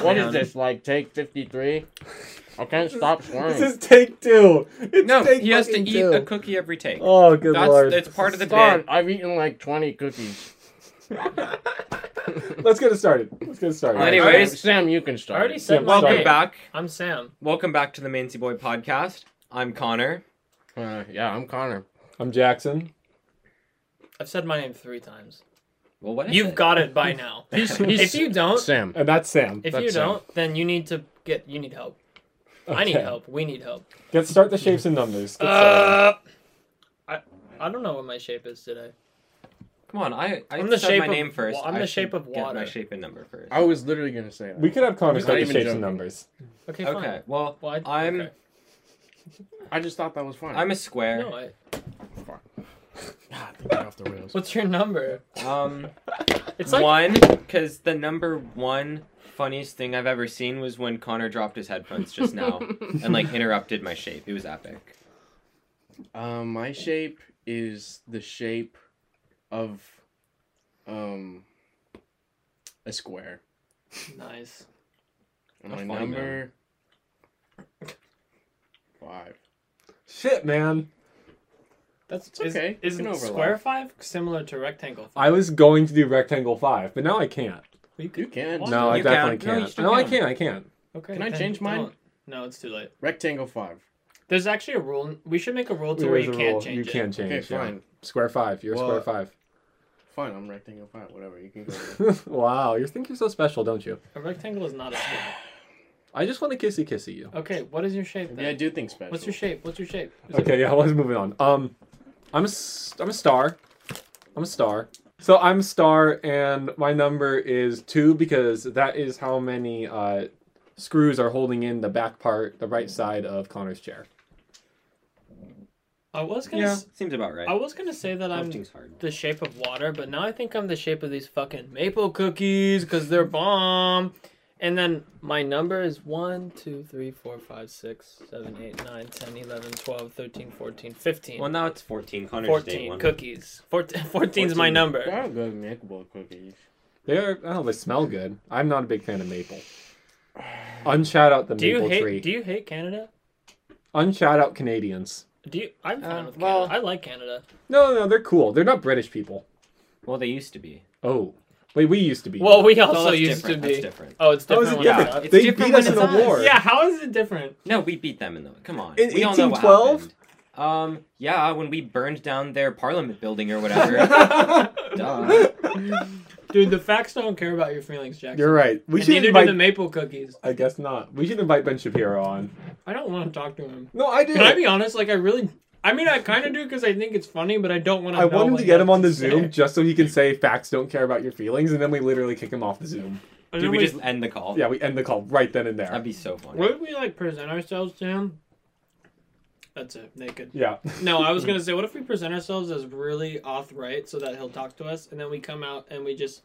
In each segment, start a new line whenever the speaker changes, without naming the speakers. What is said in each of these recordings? What
down.
is this? Like take fifty three? I can't stop swearing.
This is take two. It's
No,
take
he has to
fucking
eat
two.
a cookie every take.
Oh, good
That's
lord.
it's part of the
Son,
bit.
I've eaten like twenty cookies.
Let's get it started. Let's get it started.
Well,
Alright,
anyways-
Sam, you can
I
start.
already said
Yeah,
my
Welcome
sorry.
name.
back.
I'm Sam.
Welcome back to the Mancy Boy podcast. I'm Connor.
Uh, yeah, I'm Connor.
I'm Jackson.
I've said my name three times.
Well, what is
You've
it?
got it by now. if you don't,
Sam.
And that's Sam.
if
that's
you
Sam.
don't, then you need to get. You need help. I need
Okay.
help. We need help.
Let's start the shapes and numbers. Get started.
Uh, I I don't know what my shape is today.
Come on, I I
I'm the
said
shape
my
of-
name first.
well, I'm
I
the
should
shape of
Get my
water.
shape and number first.
I was literally gonna say that.
we could have Connor
He's
start
not
the
even
shapes
joking.
and numbers.
Okay, fine.
okay. Well,
Well, I,
I'm
okay.
I just thought that was fun.
I'm a square.
No, I,
God, they got off the rails.
what's your number?
Um,
It's like
one because the number one funniest thing I've ever seen was when Connor dropped his headphones just now and like interrupted my shape. It was epic.
Um, my shape is the shape of um a square.
nice.
And
A
my
fine
number five.
Shit, man.
That's
It's okay.
Is,
You can
isn't
overlap.
square five similar to rectangle? Five?
I was going to do rectangle five, but now I can't.
You
You can.
What?
No, I
You
definitely
can. No, you
can't.
still
No, I
can.
can't. I can't.
Okay.
Can I
then
change mine?
don't. No, it's too late.
Rectangle five.
There's actually a rule. We should make a rule to
There
where
is
you
a
can't
rule.
change
You
it.
can change.
Okay,
yeah.
fine.
Square five. You're
Well-
square
Fine, I'm rectangle five. Whatever. You can go. with it.
five. wow, you think you're so special, don't you?
A rectangle is not a square.
I just want to kissy kissy you.
Okay, what is your shape then?
yeah, I do think special.
What's your shape? What's your shape? Is it-
Okay, yeah, let's move it on. Um, I'm a, s- I'm a star. I'm a star. So I'm a star, and my number is two because that is how many uh, screws are holding in the back part, the right side of Connor's chair.
I was gonna.
Yeah,
s-
seems about right.
I was gonna say that I'm
Lifting's hard.
the shape of water, but now I think I'm the shape of these fucking maple cookies because they're bomb. And then my number is 1, 2, 3, 4, 5, 6, 7, 8, 9, 10, 11, 12, 13, 14, 15.
Well, now it's fourteen. Connor's day
14
one.
cookies. 14, 14 is my
14.
number.
They're good makeable cookies.
They are. Oh, they smell good. I'm not a big fan of maple. Unshout out the
Do you
maple
hate?
tree.
Do you hate Canada?
Unshout out Canadians.
Do you? I'm fine
Uh,
with Canada.
well-
I like Canada.
No, no, they're cool. They're not British people.
Well, they used to be.
Oh, wait, we used to be.
Well, we
So
also
that's
used
different.
to
That's
be.
different.
Oh, it's
How
different.
is it
when it's
different?
us.
It's
they
different
beat us
when
in the
it's us.
war.
Yeah, how is it different?
No, we beat them in the. Come on.
In
we all know what
1812?
happened. Um. Yeah, when we burned down their parliament building or whatever. Duh.
Dude, the facts don't care about your feelings, Jackson.
You're right. We
and
should
neither do
invite.
the maple cookies.
I guess not. We should invite Ben Shapiro on.
I don't want to talk to him.
No, I do.
Can I be honest? Like, I really. I mean, I kind of do because I think it's funny, but I don't want to.
I want him to get him on the Zoom just so he can say facts don't care about your feelings, and then we literally kick him off the Zoom.
Did we just end the call?
Yeah, we end the call right then and
That'd
there.
be so funny.
What if we like present ourselves to him? That's it. Naked.
Yeah.
No, I was gonna say, what if we present ourselves as really off right so that he'll talk to us, and then we come out and we just,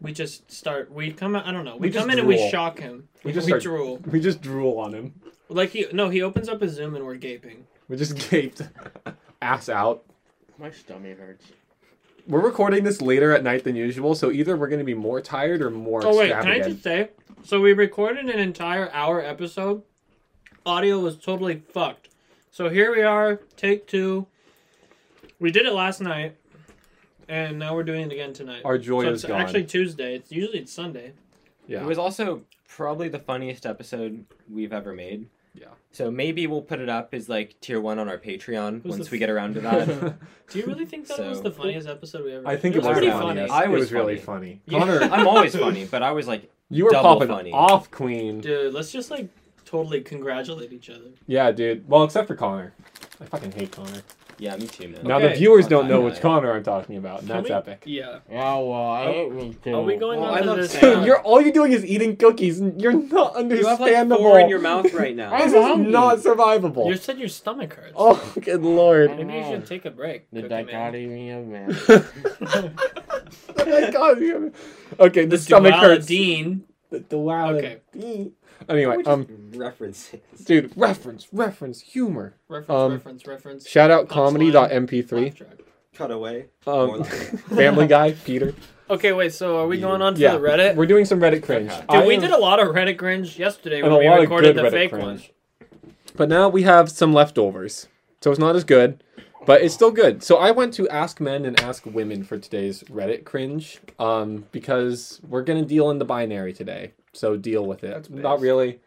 we just start. We come out. I don't know. We,
We just
come in and we
drool.
shock him.
We just
we
start-
drool.
We just drool on him.
Like he no, he opens up his Zoom and we're gaping.
We just gaped ass out.
My stomach hurts.
We're recording this later at night than usual, so either we're going to be more tired or more
Oh wait, can I
extravagant.
just say? So we recorded an entire hour episode. Audio was totally fucked. So here we are, take two. We did it last night, and now we're doing it again tonight.
Our joy
so
is
it's
gone.
Actually, Tuesday. It's usually it's Sunday.
yeah.
It was also probably the funniest episode we've ever made.
Yeah.
So maybe we'll put it up as like tier one on our Patreon
was
once
the
we get around to that.
Do you really think that was
So-
the funniest episode we ever?
I
did?
think it was,
pretty
the
funny,
funniest.
I
it
was
was really funny.
Yeah.
Connor,
I'm always funny, but I was like,
you were
Double
popping
funny.
off, Queen.
dude. Let's just like totally congratulate each other.
Yeah, dude. Well, except for Connor. I fucking hate Connor.
yeah, me too, man.
Now the
Okay.
viewers don't know
Okay.
which Connor I'm talking about, and
Can
that's
we-
epic.
Yeah.
Yeah, well, I
Are-
hate me too.
Are we going
Well, I
on to
love
this?
Sam.
uh,
Dude, you're all you're doing is eating cookies, and you're not
You have
understandable.
like four in your mouth right now.
I'm
This
hungry.
is not survivable.
You said your stomach hurts.
Oh, good lord!
Maybe you should take a break.
The
Cookie Man.
dichotomy of man.
My God, you- okay, the,
The
stomach hurts.
Dualadine.
The duality.
We're
Anyway,
just
um,
references.
dude, reference, reference, humor.
Reference,
Um,
reference, reference.
Shout out
Punchline.
comedy.mp3.
Laugh track.
Cut away. More
Um,
like-
Family Guy, Peter.
Okay, wait. So are we going on to
yeah,
the Reddit?
We're doing some Reddit cringe.
Okay.
Dude, we
I-
did a lot of Reddit cringe yesterday
And
when
a
we
lot of
recorded
good
the
Reddit
fake
cringe.
one.
But now we have some leftovers. So it's not as good, but it's still good. So I went to ask men and ask women for today's Reddit cringe um, because we're going to deal in the binary today. So deal with it.
That's big.
not really.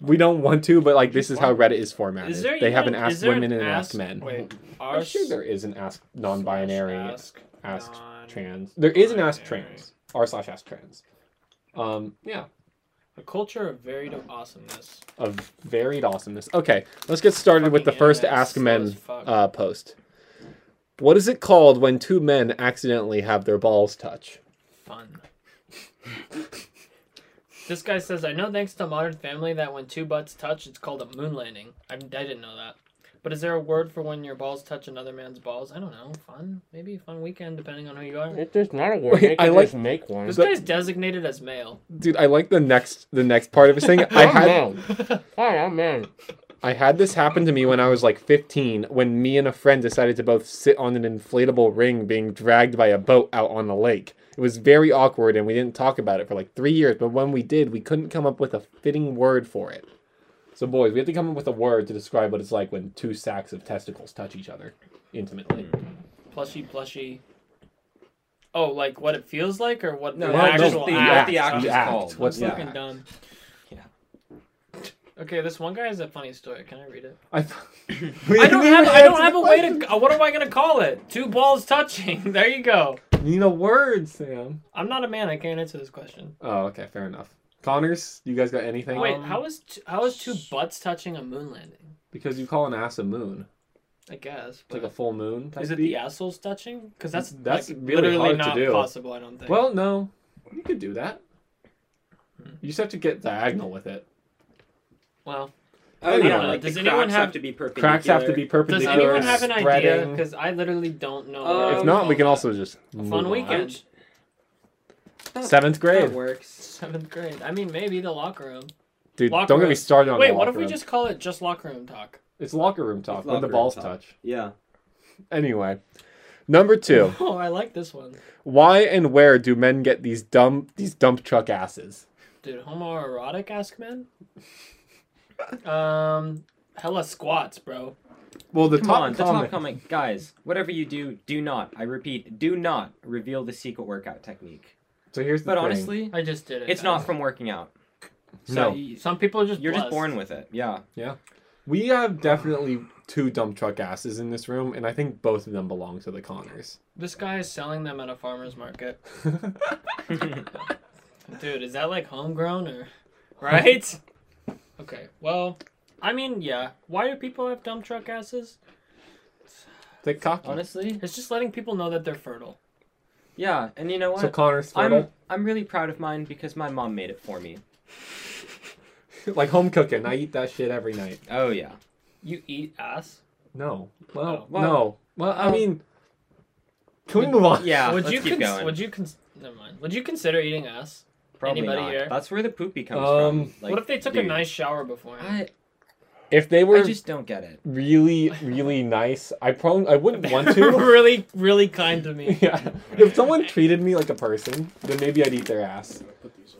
We don't want to, but like this is how Reddit is formatted.
Is there
they have
even-
an
is
ask
there
women and an
ask,
ask men.
Wait,
I'm
are
sure there is an ask non-binary, ask,
Ask, non-
trans. There is an ask
binary.
trans. R slash ask trans. Um, yeah,
A culture of varied awesomeness.
of varied awesomeness. Okay, let's get started with the
Fucking
first
internet's
ask
slow
men
as fuck.
uh, post. What is it called when two men accidentally have their balls touch?
Fun. this guy says, I know thanks to Modern Family that when two butts touch, it's called a moon landing. I, I didn't know that. But is there a word for when your balls touch another man's balls? I don't know. Fun? Maybe a fun weekend, depending on who you are.
If there's not a word,
Wait,
they
I
can
like-
just make one.
This
The-
guy's designated as male.
Dude, I like the next the next part of his thing. I
I'm
had
Oh, man. Hi, I'm man.
I had this happen to me when I was like 15 when me and a friend decided to both sit on an inflatable ring being dragged by a boat out on the lake. It was very awkward and we didn't talk about it for like 3 years, but when we did, we couldn't come up with a fitting word for it. So boys, we have to come up with a word to describe what it's like when two sacks of testicles touch each other intimately.
Plushy, plushy. Oh, like what it feels like or what
No,
the
no,
actual
the
act?
act. the act is called.
What's
It's
the
Yeah.
fucking
act?
dumb.
Yeah.
Okay, this one guy has a funny story. Can I read it?
I,
I don't have. I don't have a way to. uh, What am I gonna call it? Two balls touching. There you go.
You need a word, Sam.
I'm not a man. I can't answer this question.
Oh, okay, fair enough. Connors, you guys got anything?
Wait,
Um,
how is t- how is two butts touching a moon landing?
Because you call an ass a moon.
I guess.
It's like a
But
full moon. type
is it
beat.
the assholes touching? Because that's
That's
like,
really
literally
hard to
not
do.
possible. I don't think.
Well, no, you could do that. You just have to get diagonal with it.
well.
Oh, yeah,
know.
like
Does
the
anyone
cracks
have-
have to be perpendicular.
Cracks have to be
Does
perpendicular.
anyone have an idea?
spreading.
Because I literally don't know.
Um,
where I
If
would
not,
call
we can
that.
also just move
fun
on.
weekend.
Seventh
That
grade,
works.
Seventh grade. I mean, maybe the locker room.
dude.
Locker
don't get
room.
me started on.
Wait,
the
what if
locker
we
room.
just call it just locker room talk?
It's locker room talk
It's
when
locker room
the balls
talk.
touch.
Yeah.
Anyway, number two.
Oh, I like this one,
Why and where do men get these dump these dump truck asses?
dude. Homoerotic ask men. Um, hella squats, bro.
Well, the
Come
top
on, the
comment.
top comment, guys. Whatever you do, do not. I repeat, do not reveal the secret workout technique.
So here's the
But
thing.
honestly,
I just did it.
it's
guys.
not from working out.
No.
So y-
Some people are just.
you're just
blessed.
born with it. Yeah.
we have definitely two dump truck asses in this room, and I think both of them belong to the Connors.
This guy is selling them at a farmer's market. Dude, is that like homegrown or right? okay. Well, I mean, yeah. Why do people have dump truck asses?
the cocky.
Honestly,
It's just letting people know that they're fertile.
yeah. And you know what?
So Connors
I'm
fertile,
I'm really proud of mine because my mom made it for me.
like home cooking. I eat that shit every night.
Oh yeah.
You eat ass?
No. Well,
Oh,
well,
no. Well, I
well.
mean, can we move on?
Yeah.
would
let's
you
keep
cons-
going.
Would you cons- Never mind. Would you consider eating ass?
Probably
anybody
not.
here?
That's where the poopy comes
Um,
from. Like,
what if they took
dude,
a nice shower before?
I,
If they were
I just don't get it.
really, really nice, I probably I wouldn't want
They're
to.
really, really kind to me.
yeah. If someone treated me like a person, then maybe I'd eat their ass.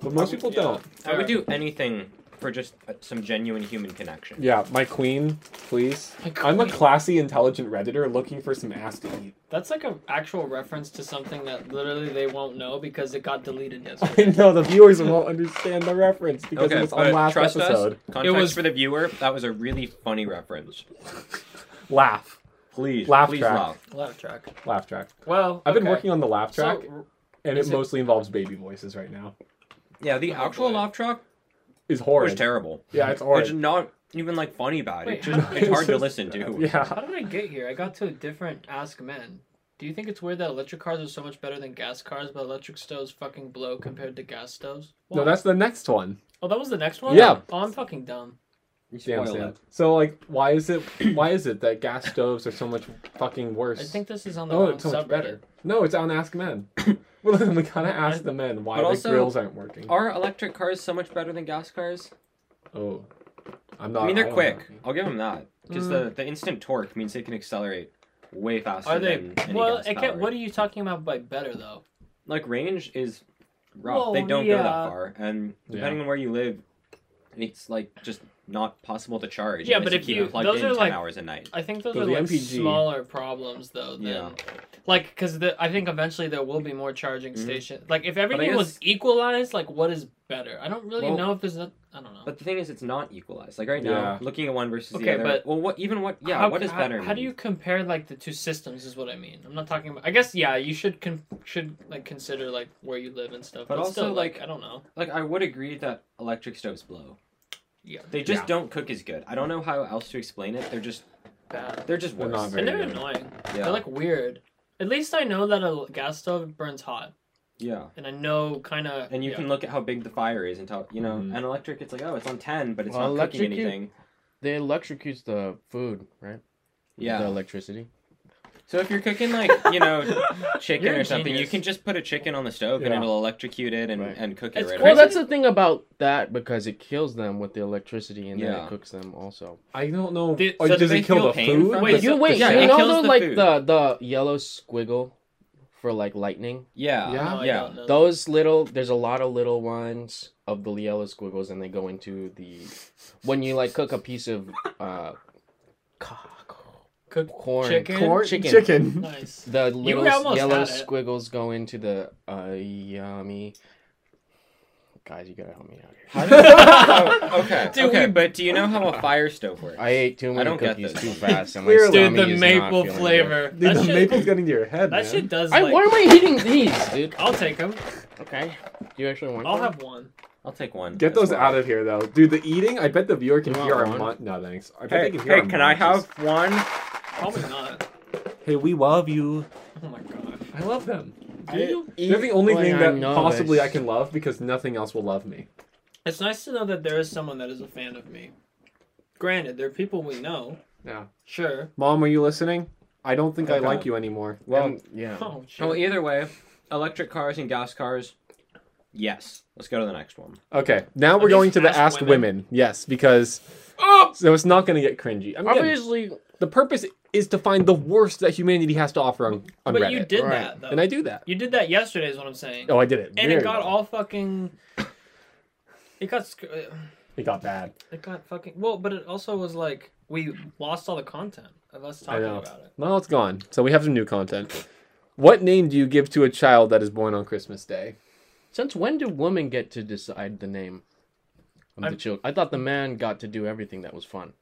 But most people
Yeah.
don't.
I would do anything for just uh, some genuine human connection.
Yeah, my queen, please.
My
I'm a
queen.
classy, intelligent redditor looking for some ass to eat.
That's like an actual reference to something that literally they won't know because it got deleted
I
yesterday.
know the viewers won't understand the reference because
Okay,
it was on
but
last
trust
episode.
us. Context
was-
for the viewer. That was a really funny reference.
Laugh,
Please,
Laugh
please
track.
laugh.
Laugh track.
laugh track.
Well,
I've been
okay.
working on the laugh track,
So,
and it
is it-
mostly involves baby voices right now.
Yeah, the
Oh,
actual
boy.
laugh track
Is
was
horrid.
terrible.
yeah, it's
It's
horrid.
not even like funny about it.
Wait,
It's just
how-
it's hard to
It's
listen to.
how
Yeah.
did I get here? I got to a different Ask Men. Do you think it's weird that electric cars are so much better than gas cars, but electric stoves fucking blow compared to gas stoves?
No,
Why?
that's the next one.
Oh, that was the next one.
Yeah.
Oh, I'm fucking dumb.
You
Damn,
spoiled
Sam.
it.
So like, why is it? Why is it that gas stoves are so much fucking worse?
I think this is on the
oh,
wrong
it's so much
subreddit.
better. No, it's on Ask Men. well, then we gotta ask the men why
But
the
also-
grills aren't working.
Are electric cars so much better than gas cars?
Oh, I'm not.
I mean, they're
don't
quick.
know.
I'll give them that because
Mm.
the the instant torque means they can accelerate way faster
Are they?
than any
Well,
gas
it
powered.
can, what are you talking about by better though?
like range is rough.
Well,
they don't go
yeah.
that far, and depending on where you live, it's like just not possible to charge.
Yeah,
unless
but if
keep
you-
it plugged
those
in
are,
ten
like-
hours a night.
I think those
So
are
the
like
MPG
smaller problems though. Than,
Yeah.
Like, because I think eventually there will be more charging
Mhm.
stations. Like, if everything
guess-
was equalized, like, what is better? I don't really
Well-
know if there's a. I don't know.
But the thing is, it's not equalized. Like right
Yeah.
now, looking at one versus
Okay,
the other.
but-
well, what even what? Yeah,
How-
what is
how-
better?
How do
mean?
you compare like the two systems? Is what I mean. I'm not talking about. I guess yeah, you should con- should like consider like where you live and stuff. But,
But also,
still, like,
like-
I don't know.
Like I would agree that electric stoves blow.
Yeah.
They just
Yeah.
don't cook as good. I don't know how else to explain it. They're just
Bad.
they're just
They're
worse.
not very-
And they're
good.
annoying.
uh, yeah.
They're like weird. At least I know that a gas stove burns hot,
yeah.
and I know kind of.
And you can look at how big the fire is and talk, you know,
Mhm.
and electric, it's like, oh, it's on 10, but it's
Well,
not cooking
electric, you-
anything.
They electrocutes the food, right? The
Yeah.
electricity.
So if you're cooking, like, you know, chicken
You're a
or something, you
genius.
can just put a chicken on the stove and
Yeah.
it'll electrocute it and,
Right.
and cook it
It's
right
crazy.
Well,
away.
that's the thing about that because it kills them with the electricity and then
Yeah.
it cooks them also.
I don't know.
Dude,
oh,
so do
does
they
it kill
feel
the
pain
food?
Wait,
from Wait,
Does
you
so-
wait.
yeah,
you
it
know
kills
the,
the
like
food.
the the yellow squiggle for like lightning.
Yeah.
Yeah.
No, I
yeah.
don't know.
Those little, there's a lot of little ones of the yellow squiggles, and they go into the when you like cook a piece of uh co-
Cooked
corn,
chicken?
corn, chicken.
Chicken.
Nice.
The
You
little
almost
yellow
had it.
squiggles go into the uh, yummy. Guys, you gotta help me out here.
How does- oh, okay.
Dude,
okay,
we-
but do you know how a fire stove works?
I ate too many
don't get
cookies
this.
too fast, and my
Clearly.
Dude,
stomach
the
is not
maple
feeling
flavor.
Dude,
that
the
shit,
maple's getting to your head,
That
man.
shit does.
good. I,
like,
why am I eating these, dude?
I'll take them.
Okay, do you actually want?
I'll
some?
have one.
I'll take one.
Get
as
those
well.
out of here, though, dude. The eating, I bet the viewer can
You
hear
want
our
one?
munch. No, thanks. I bet
Hey,
they can hear
hey
our
can I have
munches.
one?
Probably not.
Hey, we love you.
Oh my god.
I love them.
I
you-
eat-
They're the only
Well,
thing
yeah, I
that
know, but
possibly I
it's-
can love because nothing else will love me.
It's nice to know that there is someone that is a fan of me. Granted, there are people we know.
Yeah.
Sure.
Mom, are you listening? I don't think I
Okay.
like you anymore.
Well,
Um, yeah.
Oh shit.
well, either way, electric cars and gas cars, yes. Let's go to the next one.
Okay, now
Are
we're going
these
to the
Ask
Ask
Women? Oh!
Women. Yes, because so it's not going to get cringy. I mean, again,
Obviously,
the purpose is to find the worst that humanity has to offer on, on
but
Reddit.
you did
Right.
that though.
and I do that.
You did that yesterday, is what I'm saying.
Oh, I did it.
and
very
it got
well.
all fucking. It got. sc- uh,
It got bad.
It got fucking. Well, but it also was like we lost all the content of us
I
talking
know.
about it.
Well, it's gone. So we have some new content. What name do you give to a child that is born on Christmas Day?
since when do women get to decide the name of
I'm-
the children? I thought the man got to do everything that was fun,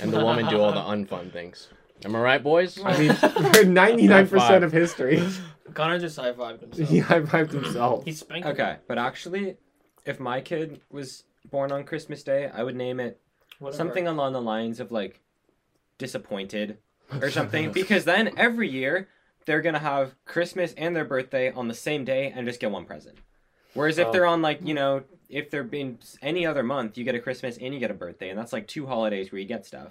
and the woman do all the unfun things. Am I right, boys?
I mean, for ninety-nine
High five.
percent of history,
Connor just high fived himself.
he high fived himself.
He spanked. me.
Okay, but actually, if my kid was born on Christmas Day, I would name it
Whatever.
something along the lines of like disappointed or something, because then every year they're gonna have Christmas and their birthday on the same day and just get one present. Whereas if
Oh.
they're on like you know if they're being any other month, you get a Christmas and you get a birthday, and that's like two holidays where you get stuff.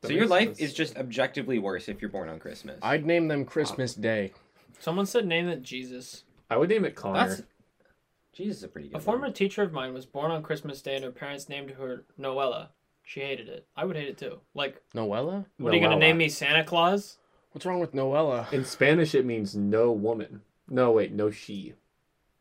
That
so your
makes
life
sense.
is just objectively worse if you're born on Christmas.
I'd name them Christmas Day.
Someone said name it Jesus.
I would name it Connor.
that's Jesus is a pretty good.
A
one.
former teacher of mine was born on Christmas Day and her parents named her Noella. She hated it. I would hate it too. Like,
Noella?
what are you going
Noella.
to name me, Santa Claus?
What's wrong with Noella?
In Spanish, it means no woman. No, wait, no she,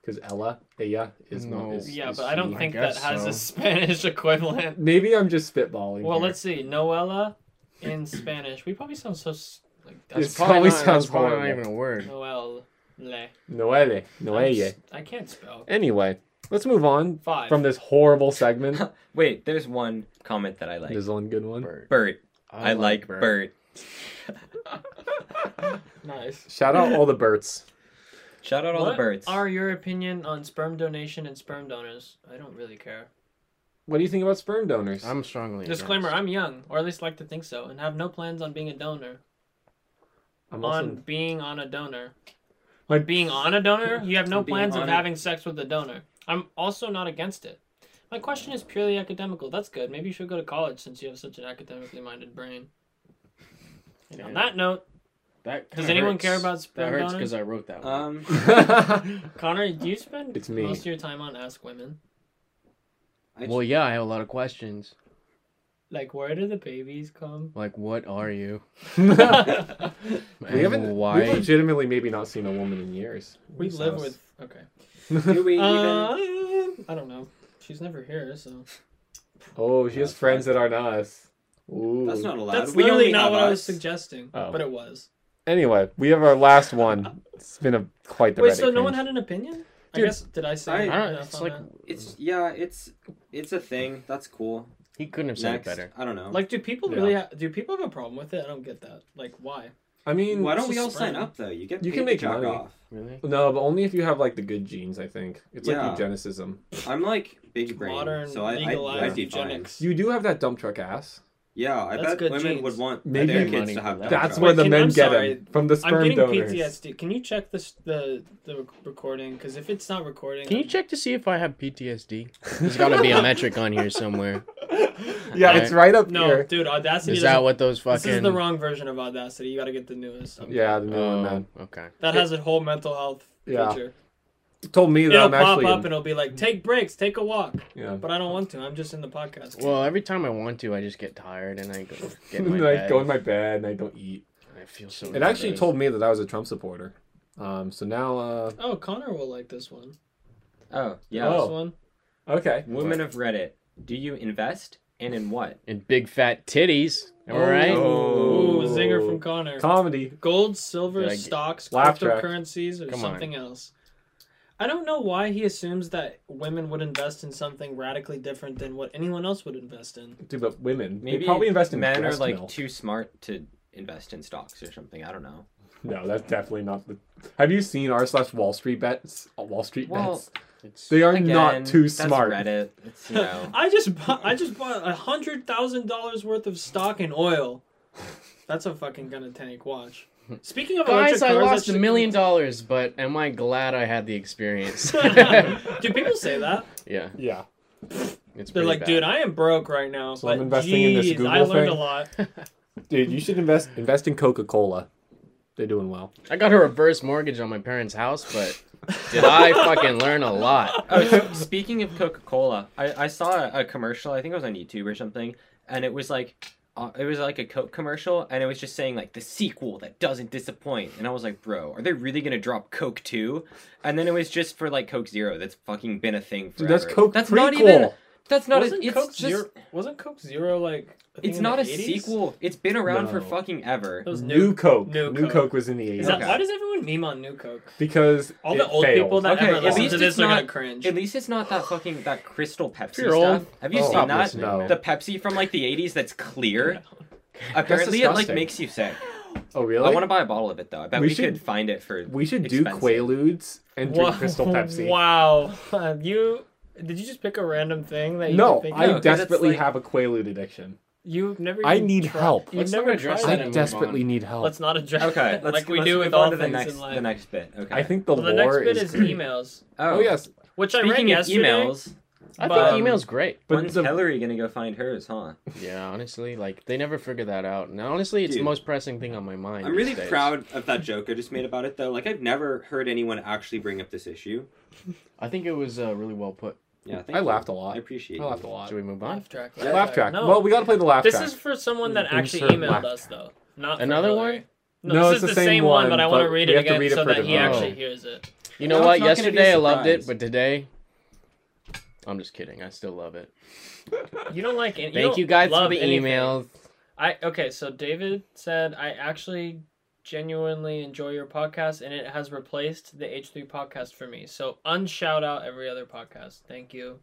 because Ella, ella is
No.
no. Is,
Yeah,
is
but I don't
she.
I
think that
guess
has
so.
a Spanish equivalent.
Maybe I'm just spitballing.
Well,
here.
let's see. Noella in Spanish. We probably sound so. s- Like, that's
It's probably
not,
sounds
that's probably not
horrible.
even a word.
Noelle. Le.
Noelle,
I'm
Noelle.
s- I can't spell.
Anyway, let's move on
Five.
from this horrible segment.
Wait, there's one comment that I like.
There's one good one.
Bird.
Bert, I, like Bert.
nice.
Shout out all the Berts.
Shout out all
What
the birds.
are your opinion on sperm donation and sperm donors? I don't really care.
What do you think about sperm donors?
I'm strongly against.
Disclaimer: I'm young, or at least like to think so, and have no plans on being a donor.
I'm
on
also
being on a donor.
My-
On being on a donor, you have no
Being
plans of
on a-
having sex with a donor. I'm also not against it. My question is purely academical. That's good. Maybe you should go to college since you have such an academically minded brain. And on
Yeah.
that note,
That kinda
does anyone
hurts.
care about
That
sperm
hurts
donors?
because I wrote that
Uh,
one.
Um,
Connor, do you spend
It's me.
most of your time on Ask Women?
I
well, yeah, I have a lot of questions.
Like, where do the babies come?
Like, what are you?
we
And
haven't.
why?
We've legitimately maybe not seen a woman in years.
we
This
live
house.
with. Okay.
Do we even?
Um, I don't know. She's never here, so.
Oh, she has friends that aren't us. Ooh.
That's not allowed.
That's
we
literally
only
not
have
what I was
us.
suggesting,
Oh.
but it was.
Anyway, we have our last one. It's been a quite the.
Wait,
Reddit
so no one
cringe.
had an opinion?
Dude,
I guess did I say?
I-
I don't.
enough
It's
on
like
that?
It's yeah. It's it's a thing. That's cool.
he couldn't have said
Next,
it better.
I don't know.
like, do people
Yeah.
really ha- do people have a problem with it? I don't get that. Like, why?
I mean,
why
it's
don't we
just
all sign
spread.
up though? You get
You
paid
can
to
make
jack
money.
off.
Really?
no, but only if you have like the good genes. I think it's
Yeah.
like eugenicism.
I'm like big brain,
Modern
so I, I,
legalized
I'd be fine.
eugenics.
You do have that dump truck ass.
Yeah, I
That's
bet
good
women
genes.
would want
Maybe
their
money
kids to
for
have.
that.
that
That's
product.
where the
Can-
men
I'm
get
sorry.
them from the sperm
I'm getting
donors.
PTSD. Can you check this the the rec- recording? Because if it's not recording,
Can you check to see if I have PTSD? There's got to be a metric on here somewhere.
yeah,
Right.
it's right up
No,
here.
dude, Audacity.
Is that
doesn't-
what those fucking?
This is the wrong version of Audacity. You got to get the newest.
Yeah, the new
Oh,
one, man.
okay.
That has a whole mental health
Yeah.
feature.
Told me that
It'll
I'm
pop
actually.
up and it'll be like, take breaks, take a walk.
yeah.
But I don't want to. I'm just in the podcast.
Well, every time I want to, I just get tired and I go get in my
like
bed.
go in my bed and I don't eat.
I feel so.
It actually
bad.
told me that I was a Trump supporter. Um. So now. Uh.
oh, Connor will like this one.
Oh yeah.
Oh.
This one.
Okay.
Women of Reddit, do you invest and in what?
in big fat titties. All right.
Oh.
Ooh, zinger from Connor.
Comedy.
Gold, silver,
Did I get-
stocks,
Laugh track.
cryptocurrencies, or
Come on.
something else. I don't know why he assumes that women would invest in something radically different than what anyone else would invest in.
Dude, but women. Maybe
Maybe
they probably invest in
men are
breast
like
milk.
too smart to invest in stocks or something. I don't know.
No, that's definitely not the. Have you seen r slash Wall Street bets? Uh, Wall Street
Well,
bets. They are
Again,
not too
that's
smart.
Reddit. It's, you know.
I just bought, I just bought a hundred thousand dollars worth of stock in oil. That's a fucking gonna tank. Watch. Speaking of
Guys,
electric
I
cars,
lost a
should-
million dollars, but am I glad I had the experience?
Do people say that?
yeah,
Yeah.
it's
They're
pretty
like,
bad.
dude, I am broke right now.
So
but
I'm investing in this
geez, I
Google
learned a
thing?
lot.
Dude, you should invest invest in Coca Cola. They're doing well.
I got a reverse mortgage on my parents' house, but did I fucking learn a lot?
Oh, s- speaking of Coca Cola, I, I saw a, a commercial. I think it was on YouTube or something, and it was like, uh, it was like a Coke commercial, and it was just saying like the sequel that doesn't disappoint. And I was like, bro, are they really gonna drop Coke two? And then it was just for like Coke Zero. That's fucking been a thing
Dude,
forever.
that's Coke
That's
prequel.
not even. That's not. A,
wasn't
it's
Coke
just.
Zero? Wasn't Coke Zero like? a thing
It's
in
not
the
a
80s?
sequel. It's been around for
No.
fucking ever.
That was
new, Coke.
New
New,
Coke.
Coke. was in the eighties
Is that,
Okay.
Why does everyone meme on New Coke?
because
All
it
the old
failed.
people that
Okay,
ever
at
listen
least
to this
it's
are gonna
not-
cringe.
At least it's not that fucking that crystal Pepsi
You're
stuff.
old.
Have you
Oh,
seen
Stop
that?
listening,
No.
man.
The Pepsi from like the 80s that's clear. Apparently it like
disgusting.
makes you sick.
oh really?
I want to buy a bottle of it though. I bet we,
We
could
should-
find it for
we should
expensive.
do Quaaludes and drink Crystal Pepsi.
Wow, you did you just pick a random thing that you
No,
Think
I
No, 'cause it's
desperately
like-
have a Quaalude addiction.
you've never.
I
even
need
tried-
help.
You've
Let's
never
not address
address
that
I
in
that.
move
desperately need help.
Let's not address.
Okay,
that,
let's,
like we
let's
do
move
with
on
all
to the
things
next
in life.
the next bit. Okay.
I think the
well, the
lore
next bit
is.
is emails,
oh yes,
which I read
Speaking of
yesterday.
emails,
I
But- um,
think email's great.
but
when's
the,
Hillary gonna go find hers, huh?
Yeah, honestly, like they never figured that out. And honestly, it's
Dude.
the most pressing thing on my mind.
I'm
these
really
days.
proud of that joke I just made about it though. Like I've never heard anyone actually bring up this issue.
I think it was uh, really well put.
Yeah, thank
I
you.
laughed a
I
lot.
appreciate.
I
you.
laughed a lot.
Should we move on?
Laugh track.
Laugh track.
No,
Well, we gotta play the laugh
this
track.
is for someone that actually
Insert
emailed
laugh
us though. Not for
Another
Hillary.
one?
No,
No, it's
this is
the
the
same
same one,
one,
but I want to
but
read
we
it
have to
again
read it
so
for
that
the
he
vote.
actually
Oh.
hears it.
You know
No,
what?
it's not gonna be a
Yesterday I loved it,
surprise.
but today. I'm just kidding. I still love it.
You don't like any.
Thank
don't
you guys for
love
the
anything.
emails.
I okay, so David said I actually genuinely enjoy your podcast and it has replaced the H3 podcast for me. So unshout out every other podcast. Thank you.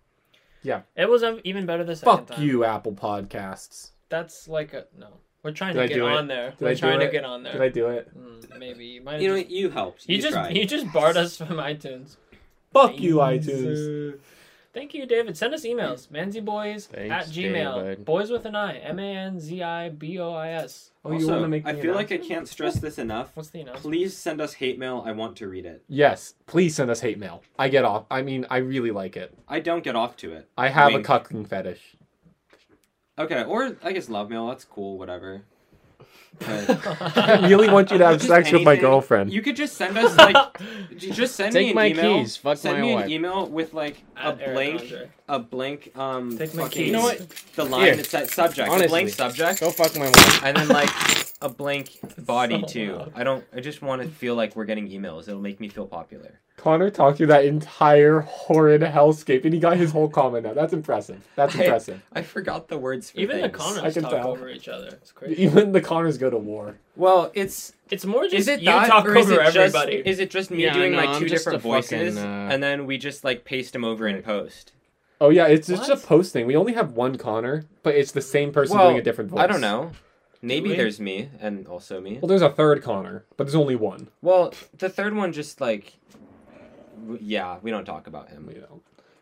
Yeah.
It was um, even better the second
Fuck
time.
you, Apple Podcasts.
That's like a no. We're trying
Did
to
I
get
do it?
on there.
Did
We're
I do
trying to
it?
get on
Did
there.
I do it?
Mm, maybe you might
You know,
have just,
you helped.
you
you
just
tried.
you just barred us from iTunes.
Fuck you, iTunes.
Thank you, David. Send us emails. Manzyboys
Thanks,
at Gmail.
David.
Boys with an I. M A N Z I B O I S.
Oh, you
also,
want to make?
I
me
feel
an
like I
announcement?
can't stress this enough.
What's the announcement?
Please send us hate mail. I want to read it.
Yes, please send us hate mail. I get off. I mean, I really like it.
I don't get off to it.
I have
Wink.
a cucking fetish.
Okay, or I guess love mail. That's cool. Whatever.
I really want you to have
Just
sex with my
anything.
girlfriend.
You could just send us like, j- just send me
Take
an
my
email.
keys. Fuck
send
my
me
wife.
an email with like a
At Eric
blank,
Andre.
a blank um.
Take my
fucking-
keys.
You know what? The line
Here.
that says subject, a
Honestly.
blank subject,
Go fuck my wife.
and then like a blank body
so
too.
loud.
I don't. I just want to feel like we're getting emails. It'll make me feel popular.
Connor talked through that entire horrid hellscape, and he got his whole comment out. That's impressive. That's
I-
impressive.
I forgot the words. For
Even the
things.
I
Connors
can
talk
tell.
over each other. It's crazy.
Even the Connors go to war.
Well, it's
It's more just
is it
you
that,
talk
or is
over
it just
everybody.
is it just me
Yeah, I
doing
know,
like
I'm
two
just a
different voices,
fucking, uh,
and then we just like paste them over in post.
Oh yeah, it's it's just a
What?
posting. We only have one Connor, but it's the same person
Well,
doing a different voice.
I don't know. Maybe
we?
there's me and also me.
Well, there's a third Connor, but there's only one.
Well, the third one just like, w- yeah, we don't talk about him.
You know.
Well,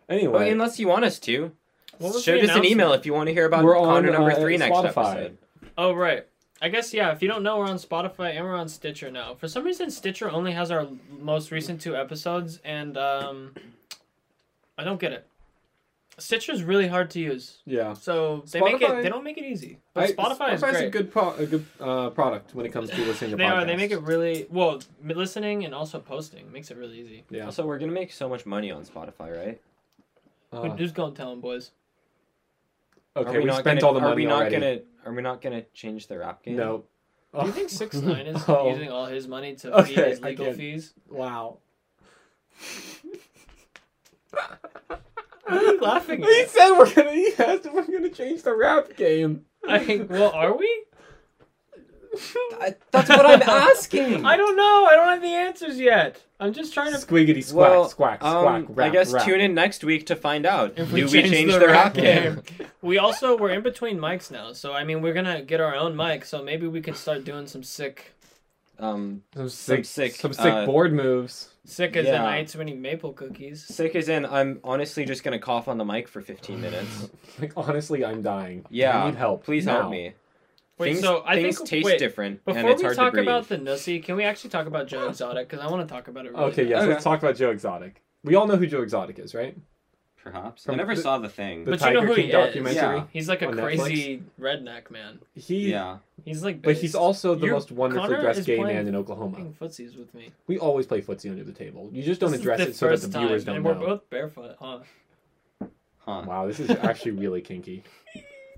Anyway,
unless you want us to,
What was
show
the
us an email
announcement?
if you want to hear about
We're on,
Connor number
uh,
three next
Spotify.
episode.
Oh right. I guess yeah. If you don't know, we're on Spotify and we're on Stitcher now. For some reason, Stitcher only has our most recent two episodes, and um, I don't get it. Stitcher's really hard to use,
yeah.
so they make it.
Spotify-
They don't make it easy. But Spotify is
Spotify's
great.
a good pro- a good uh, product when it comes to listening to
they
podcasts.
are. They make it really well. m- Listening and also posting makes it really easy.
Yeah.
Also, we're gonna make so much money on Spotify, right?
Uh,
Who's gonna tell them, boys?
okay,
are
we,
not
spent
gonna,
all the money
Are we not
already.
gonna? Are we not gonna change their app game?
No.
Do you think six nine is
Oh.
using all his money to feed
Okay,
his
I
legal
get it.
fees?
Wow.
What are you laughing
He
at?
said we're gonna. He asked if we're gonna change the rap game.
I mean, well, are we?
I, that's what I'm asking.
I don't know. I don't have the answers yet. I'm just trying to.
Squiggity squack
Well,
squack
um,
squack. Rap,
I guess
rap.
tune in next week to find out.
If
Do we change their
rap
app game?
we also we're in between mics now, so I mean we're gonna get our own mic, so maybe we can start doing some sick,
um,
Some sick,
sick,
some sick
uh,
board moves.
sick as
Yeah.
an I twenty maple cookies.
sick as in, I'm honestly just gonna cough on the mic for 15 minutes.
Like honestly, I'm dying.
Yeah,
I need help.
Please
now.
help me.
Wait,
things
so I
things
think
taste
wait,
different, and
Before
it's
we
hard
talk
to breathe.
about the Nussie, can we actually talk about Joe Exotic? Because I want to talk about it. Really
Okay,
bad.
yes,
Okay.
let's talk about Joe Exotic. We all know who Joe Exotic is, right?
Perhaps
From
I never
the-
saw the thing.
the
but you know
Tiger
who
King
he
documentary
is. He's like a
on
crazy redneck man.
He,
yeah,
He's like.
but he's
based.
also the
You're-
most wonderfully
Connor
dressed
is
gay
playing
man in Oklahoma.
Playing footsies with me.
We always play footsie under the table. You just don't
This is
address
the
it so that the
first time,
viewers don't
and
know.
We're both barefoot, huh?
huh?
Wow, this is actually really kinky.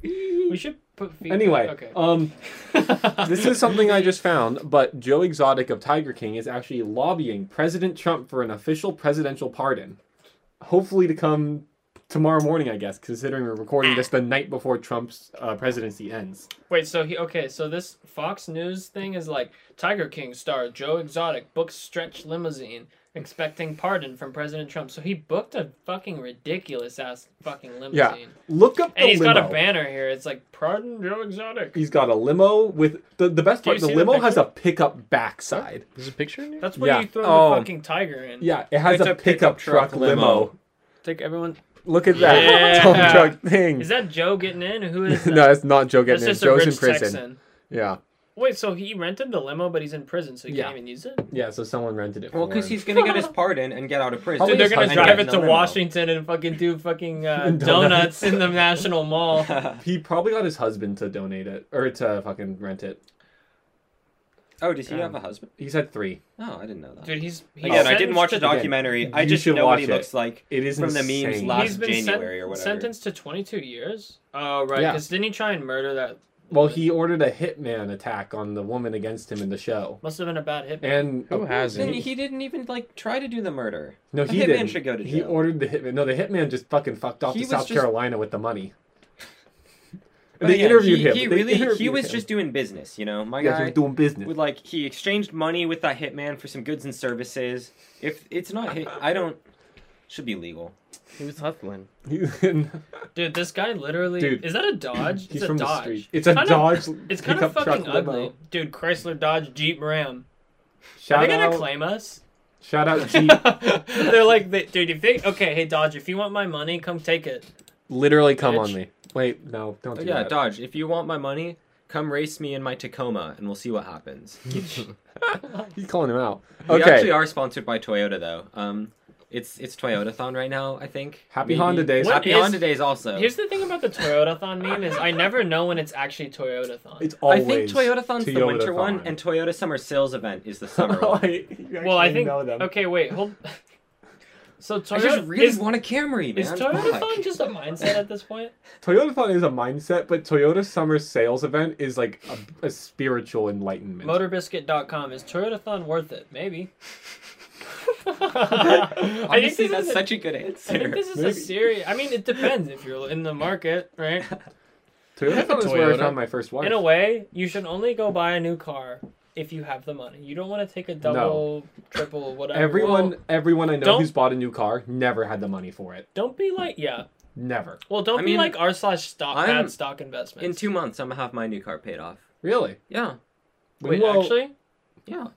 We should put feet.
Anyway,
okay.
um, this is something I just found, but Joe Exotic of Tiger King is actually lobbying President Trump for an official presidential pardon. Hopefully to come tomorrow morning, I guess, considering we're recording this the night before Trump's uh, presidency ends.
Wait, so he okay, so this Fox News thing is like Tiger King star Joe Exotic books stretch limousine expecting pardon from President Trump. So he booked a fucking ridiculous ass fucking limousine.
Yeah, look up the
And he's
limo.
got a banner here. It's like pardon Joe Exotic.
He's got a limo with the, the best
Do you
part. The
see the
limo has
picture?
a pickup backside.
There's a picture in here?
That's where
Yeah.
you throw
Oh.
the fucking tiger in.
Yeah, it has
It's
a, pickup, truck, limo.
Take everyone.
Look at that
Yeah.
dump truck thing.
Is that Joe getting in? Who is that?
no, that's not Joe
That's
getting in.
just a
Joe's
rich
in prison.
Texan.
Yeah,
Wait, so he rented the limo, but he's in prison, so he
Yeah.
can't even use it.
yeah. So someone rented it.
Well,
for
because
him.
he's gonna get his pardon and get out of prison.
Dude,
Dude,
they're
they're
Please gonna
gonna
hide drive
drive
that.
it to Washington and fucking do fucking uh,
And donuts.
donuts in the National Mall.
he probably got his husband to donate it or to fucking rent it.
oh, does he
Yeah.
have a husband?
He's had three.
No, I didn't know that.
Dude, he's, he's
Again, I didn't
sentenced
watch
to-
the documentary. I
You
just
should
know what he
watch it.
looks like
It is
from the
insane.
memes
He's
last
been sent-
January or whatever.
sentenced to 22 years. Oh right,
Yeah.
because didn't he try and murder that?
Well, he ordered a hitman attack on the woman against him in the show,
Must have been a bad hit.
and
Who hasn't?
Then he didn't even like try to do the murder.
No,
A
he
hitman
didn't.
should go to
He
jail.
ordered the hitman. No, the hitman just fucking fucked off
He
to
was
South
just-
Carolina with the money.
But
they
again,
interviewed
he,
him.
He
They
really he
interviewed
was
him.
just doing business, you know. My
Yeah, he
guy
was doing business.
would like he exchanged money with that hitman for some goods and services. If it's not hit, I don't. Should be legal.
He was hustling.
Dude, this guy literally
Dude.
is that a Dodge?
He's
it's
from
a Dodge.
the street. It's a
Kind of-
Dodge.
It's kind of
pickup
fucking
truck limo.
ugly, dude. Chrysler Dodge Jeep Ram. Are
Shout
they
out,
gonna claim us?
shout out Jeep.
They're like, they, dude, if they okay, hey Dodge, if you want my money, come take it.
Literally, come on
Bitch.
me. Wait, no, don't do
But yeah,
that.
Dodge. If you want my money, come race me in my Tacoma, and we'll see what happens.
He's calling him out.
We actually
Okay,
are sponsored by Toyota, though. Um, It's it's Toyotathon right now, I think.
Happy Honda Days.
What
Happy
is-
Honda Days also.
Here's the thing about the Toyotathon meme is I never know when it's actually Toyotathon.
It's
I
always.
think Toyotathon's the winter one,
Toyotathon.
and Toyota Summer Sales Event is the summer one.
I, you
well, I
actually
think
know them.
okay, wait, hold. so
I
Toyota
just really
is,
want a Camry, man.
is Toyotathon just a mindset at this point?
Toyotathon is a mindset, but Toyota Summer Sales Event is like a, a spiritual enlightenment.
Motorbiscuit.com is Toyotathon worth it? Maybe.
I
I
think that's
is a-
such a good
I think
answer.
this is
Maybe.
a serious. I mean, it depends if you're in the market, right?
Toyotathon is where I
Toyota.
found my first wife.
In a way, you should only go buy a new car if you have the money. You don't want to take a double, triple, whatever.
everyone,
Well,
everyone I know
don't-
who's bought a new car never had the money for it.
don't be like yeah.
Never.
Well, don't
I
be
mean,
like r slash stock
I'm-
bad stock investments.
In two months, I'm gonna have my new car paid off.
Really?
Yeah,
Wait,
Well,
actually,
yeah.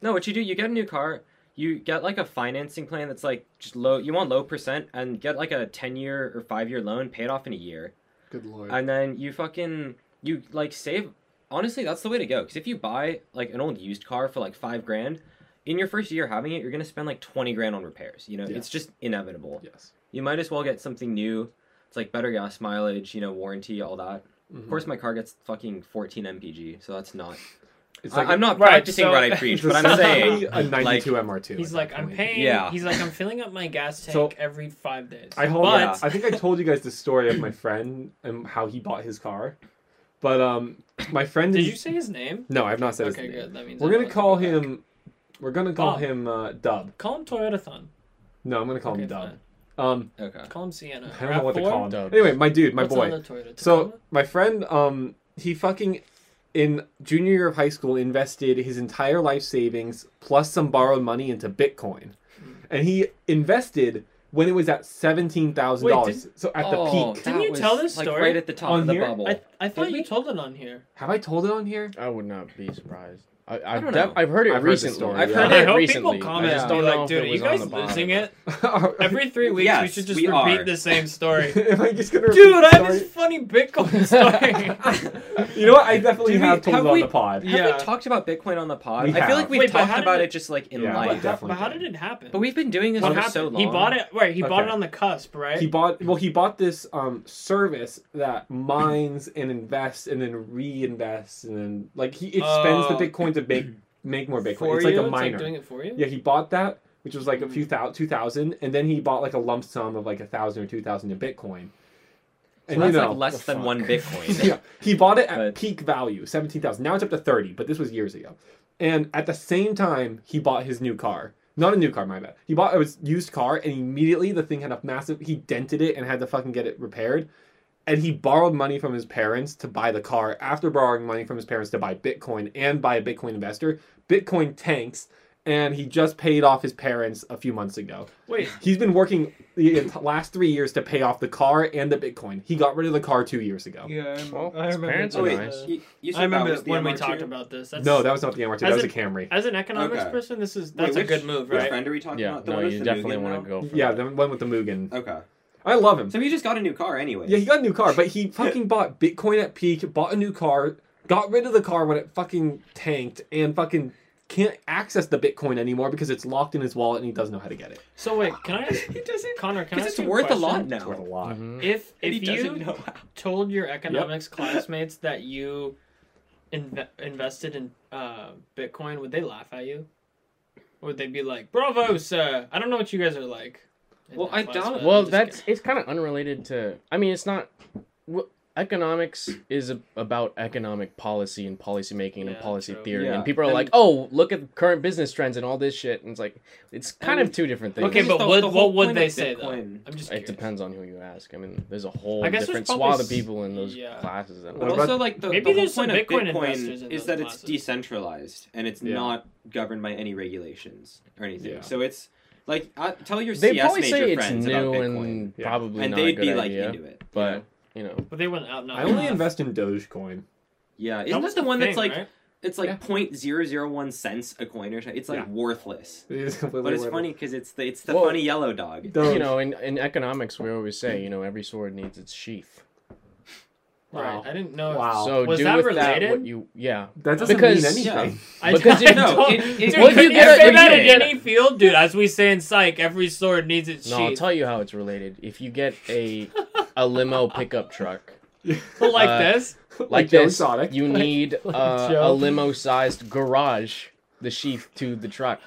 No, what you do, you get a new car, you get like a financing plan that's like just low. You want low percent, and get like a ten year or five year loan, pay it off in a year,
Good lord.
Mm-hmm.
and then you fucking you like save. Honestly, that's the way to go. Because if you buy like an old used car for like five grand, in your first year having it, you're gonna spend like twenty grand on repairs. You know,
Yeah.
it's just inevitable.
yes.
You might as well get something new. It's like better gas mileage, you know, warranty, all that. Of course, my car gets fucking 14 mpg, so that's not.
it's
I, am not
Right,
practicing
so-
what I preach,
it's
but I'm
essentially
saying
a 92
like,
MR2.
he's
at
like
that
I'm
point.
paying.
Yeah.
He's like I'm filling up my gas tank
So-
every five days.
I hold.
But
Yeah.
I think I told you guys the story of my friend and how he bought his car, but um, my friend.
did
is-
you say his name?
No, I've not said his
okay,
name.
good. That means
We're
I
gonna
know
call
it's back.
him. We're gonna call
Bob.
him uh, Dub.
Call him Toyotathon.
No, I'm gonna call him
Okay,
Dub.
fine.
Um,
okay.
Call him Sienna.
I don't know what to
RAV4?
call him.
Dub.
Anyway, my dude, my
What's
boy.
on the Toyota
So
Tacoma?
my friend, um, he fucking in junior year of high school invested his entire life savings plus some borrowed money into Bitcoin,
Hmm.
and he invested when it was at seventeen thousand dollars. So at the peak.
Didn't you
Oh, that
tell
was,
this
like,
story
right at the top
on
of the
here?
bubble?
I, I thought
Did
you
we?
told it on here.
Have I told it on here?
I would not be surprised. I, I,
don't know.
def- I've heard it
I've heard the
recently.
story,
I've
yeah.
heard
I
it
hope
recently.
people
I
comment
just
and be
don't
like,
know if
dude,
it
are you
was
guys
on the bottom.
losing it?
Am
Every three weeks, we
Yes,
should just
we
repeat
are.
the same story.
I just gonna? repeat
Dude,
the
I have
story?
this funny Bitcoin story.
You know what? I definitely
Do we-
have told
have
it on
we-
the pod.
Have
Yeah.
we talked about Bitcoin on the pod?
We
I feel
have.
like we've
Wait, but how
talked
did
about
it-
it just like in
Yeah,
life.
but that-
but how did it happen?
But we've been doing this
what
for
happened?
so long.
He bought it. Wait, he bought
Okay.
it on the cusp, right?
He bought well. He bought this um service that mines and invests and then reinvests and then like he it spends the
Oh.
Bitcoin to make make more Bitcoin.
for
it's
you?
like a
It's
miner.
like doing it for you.
yeah, he bought that, which was like a few
Mm.
thousand, two thousand, and then he bought like a lump sum of like a thousand or two thousand in Bitcoin.
So
And you
that's
know,
like less
the
than one
fuck.
Bitcoin.
yeah, he bought it at
But-
peak value, seventeen thousand. Now it's up to thirty, but this was years ago. And at the same time, he bought his new car. Not a new car, my bad. He bought a used car, and immediately the thing had a massive. He dented it and had to fucking get it repaired. And he borrowed money from his parents to buy the car. After borrowing money from his parents to buy Bitcoin and buy a Bitcoin investor, Bitcoin tanks, and he just paid off his parents a few months ago.
Wait,
He's been working the ent- last three years to pay off the car and the Bitcoin. He got rid of the car two years ago.
yeah, I
Well, his parents
Oh,
are
wait,
nice.
you, you said
I remember
that was the
when we
MR2?
talked about this. That's,
No, that was not the MR2. That
As
was a
it-
Camry.
as an economics
Okay.
person, this is that's
which-
a good move,
Which
right?
friend are we talking
Yeah,
about? The
no,
one with
you
the
definitely
Mugen
want
now?
to go. For
Yeah,
that.
the one with the Mugen.
Okay.
I love him.
So he just got a new car anyway.
Yeah, he got a new car, but he fucking bought Bitcoin at peak, bought a new car, got rid of the car when it fucking tanked, and fucking can't access the Bitcoin anymore because it's locked in his wallet and he doesn't know how to get it.
So wait, can I, ask,
he doesn't.
Connor? Can I
Because it's
ask you a
worth a
question?
lot
It's worth a
now.
lot.
Mhm.
If
And he
if
doesn't
you
know how.
told your economics classmates that you inve- invested in uh, Bitcoin, would they laugh at you? Or would they be like, "Bravo, sir"? I don't know what you guys are like. in
Well,
that
I
class,
doubt-
but I'm
Well,
just
that's
kidding.
it's kind of unrelated to. I mean, it's not. w- Economics is a, about economic policy and policy making and
Yeah,
policy
true.
theory,
Yeah,
and people are
and-
like, "Oh, look at current business trends and all this shit," and it's like it's kind
And-
of two different things.
okay.
Just
But
the-
what,
the whole
what would
point
they
of
say
Bitcoin-
though? I'm
It
just curious.
depends on who you ask. I mean, there's a whole
I guess there's
different
probably
swath of
s-
people in those
yeah.
classes. That
What
But
are-
about-
also, like the,
Maybe
the whole
there's some
point of
Bitcoin investors
Bitcoin
in
is
those
that it's
classes.
decentralized and it's
Yeah.
not governed by any regulations or anything.
Yeah.
So it's like I, tell your
they
CS
probably
major
say it's
friends about
new
Bitcoin, and,
and
Yeah.
probably not a
they'd
good
be
idea,
like into it. you
but
know?
you know,
But they wouldn't out. Not
I only
laugh.
invest in Dogecoin.
yeah,
That
isn't
was
that the one that's
thing,
like
right?
it's like
Yeah.
point zero zero one cents a coin or something? It's like
Yeah.
worthless.
It is completely
But it's
worth it.
funny because it's the it's the
Well-
funny yellow dog.
Doge.
you know, in, in economics, we always say, you know, every sword needs its sheath.
Right.
Wow.
I didn't know.
Wow.
So
Was
do
that
with that
related?
what you yeah.
That doesn't
Because-
mean anything.
I
Because
don't-
it-
no, it- it-
dude,
what
could
you
you
get-
say
what
that
you
in
get-
any field, dude? As we say in psych, every sword needs its
No, I'll
sheath.
tell you how it's related. If you get a a limo pickup truck
like
uh,
this.
like,
Like Joe
this,
Exotic.
you need uh,
Joe.
a limo sized garage, the sheath to the truck,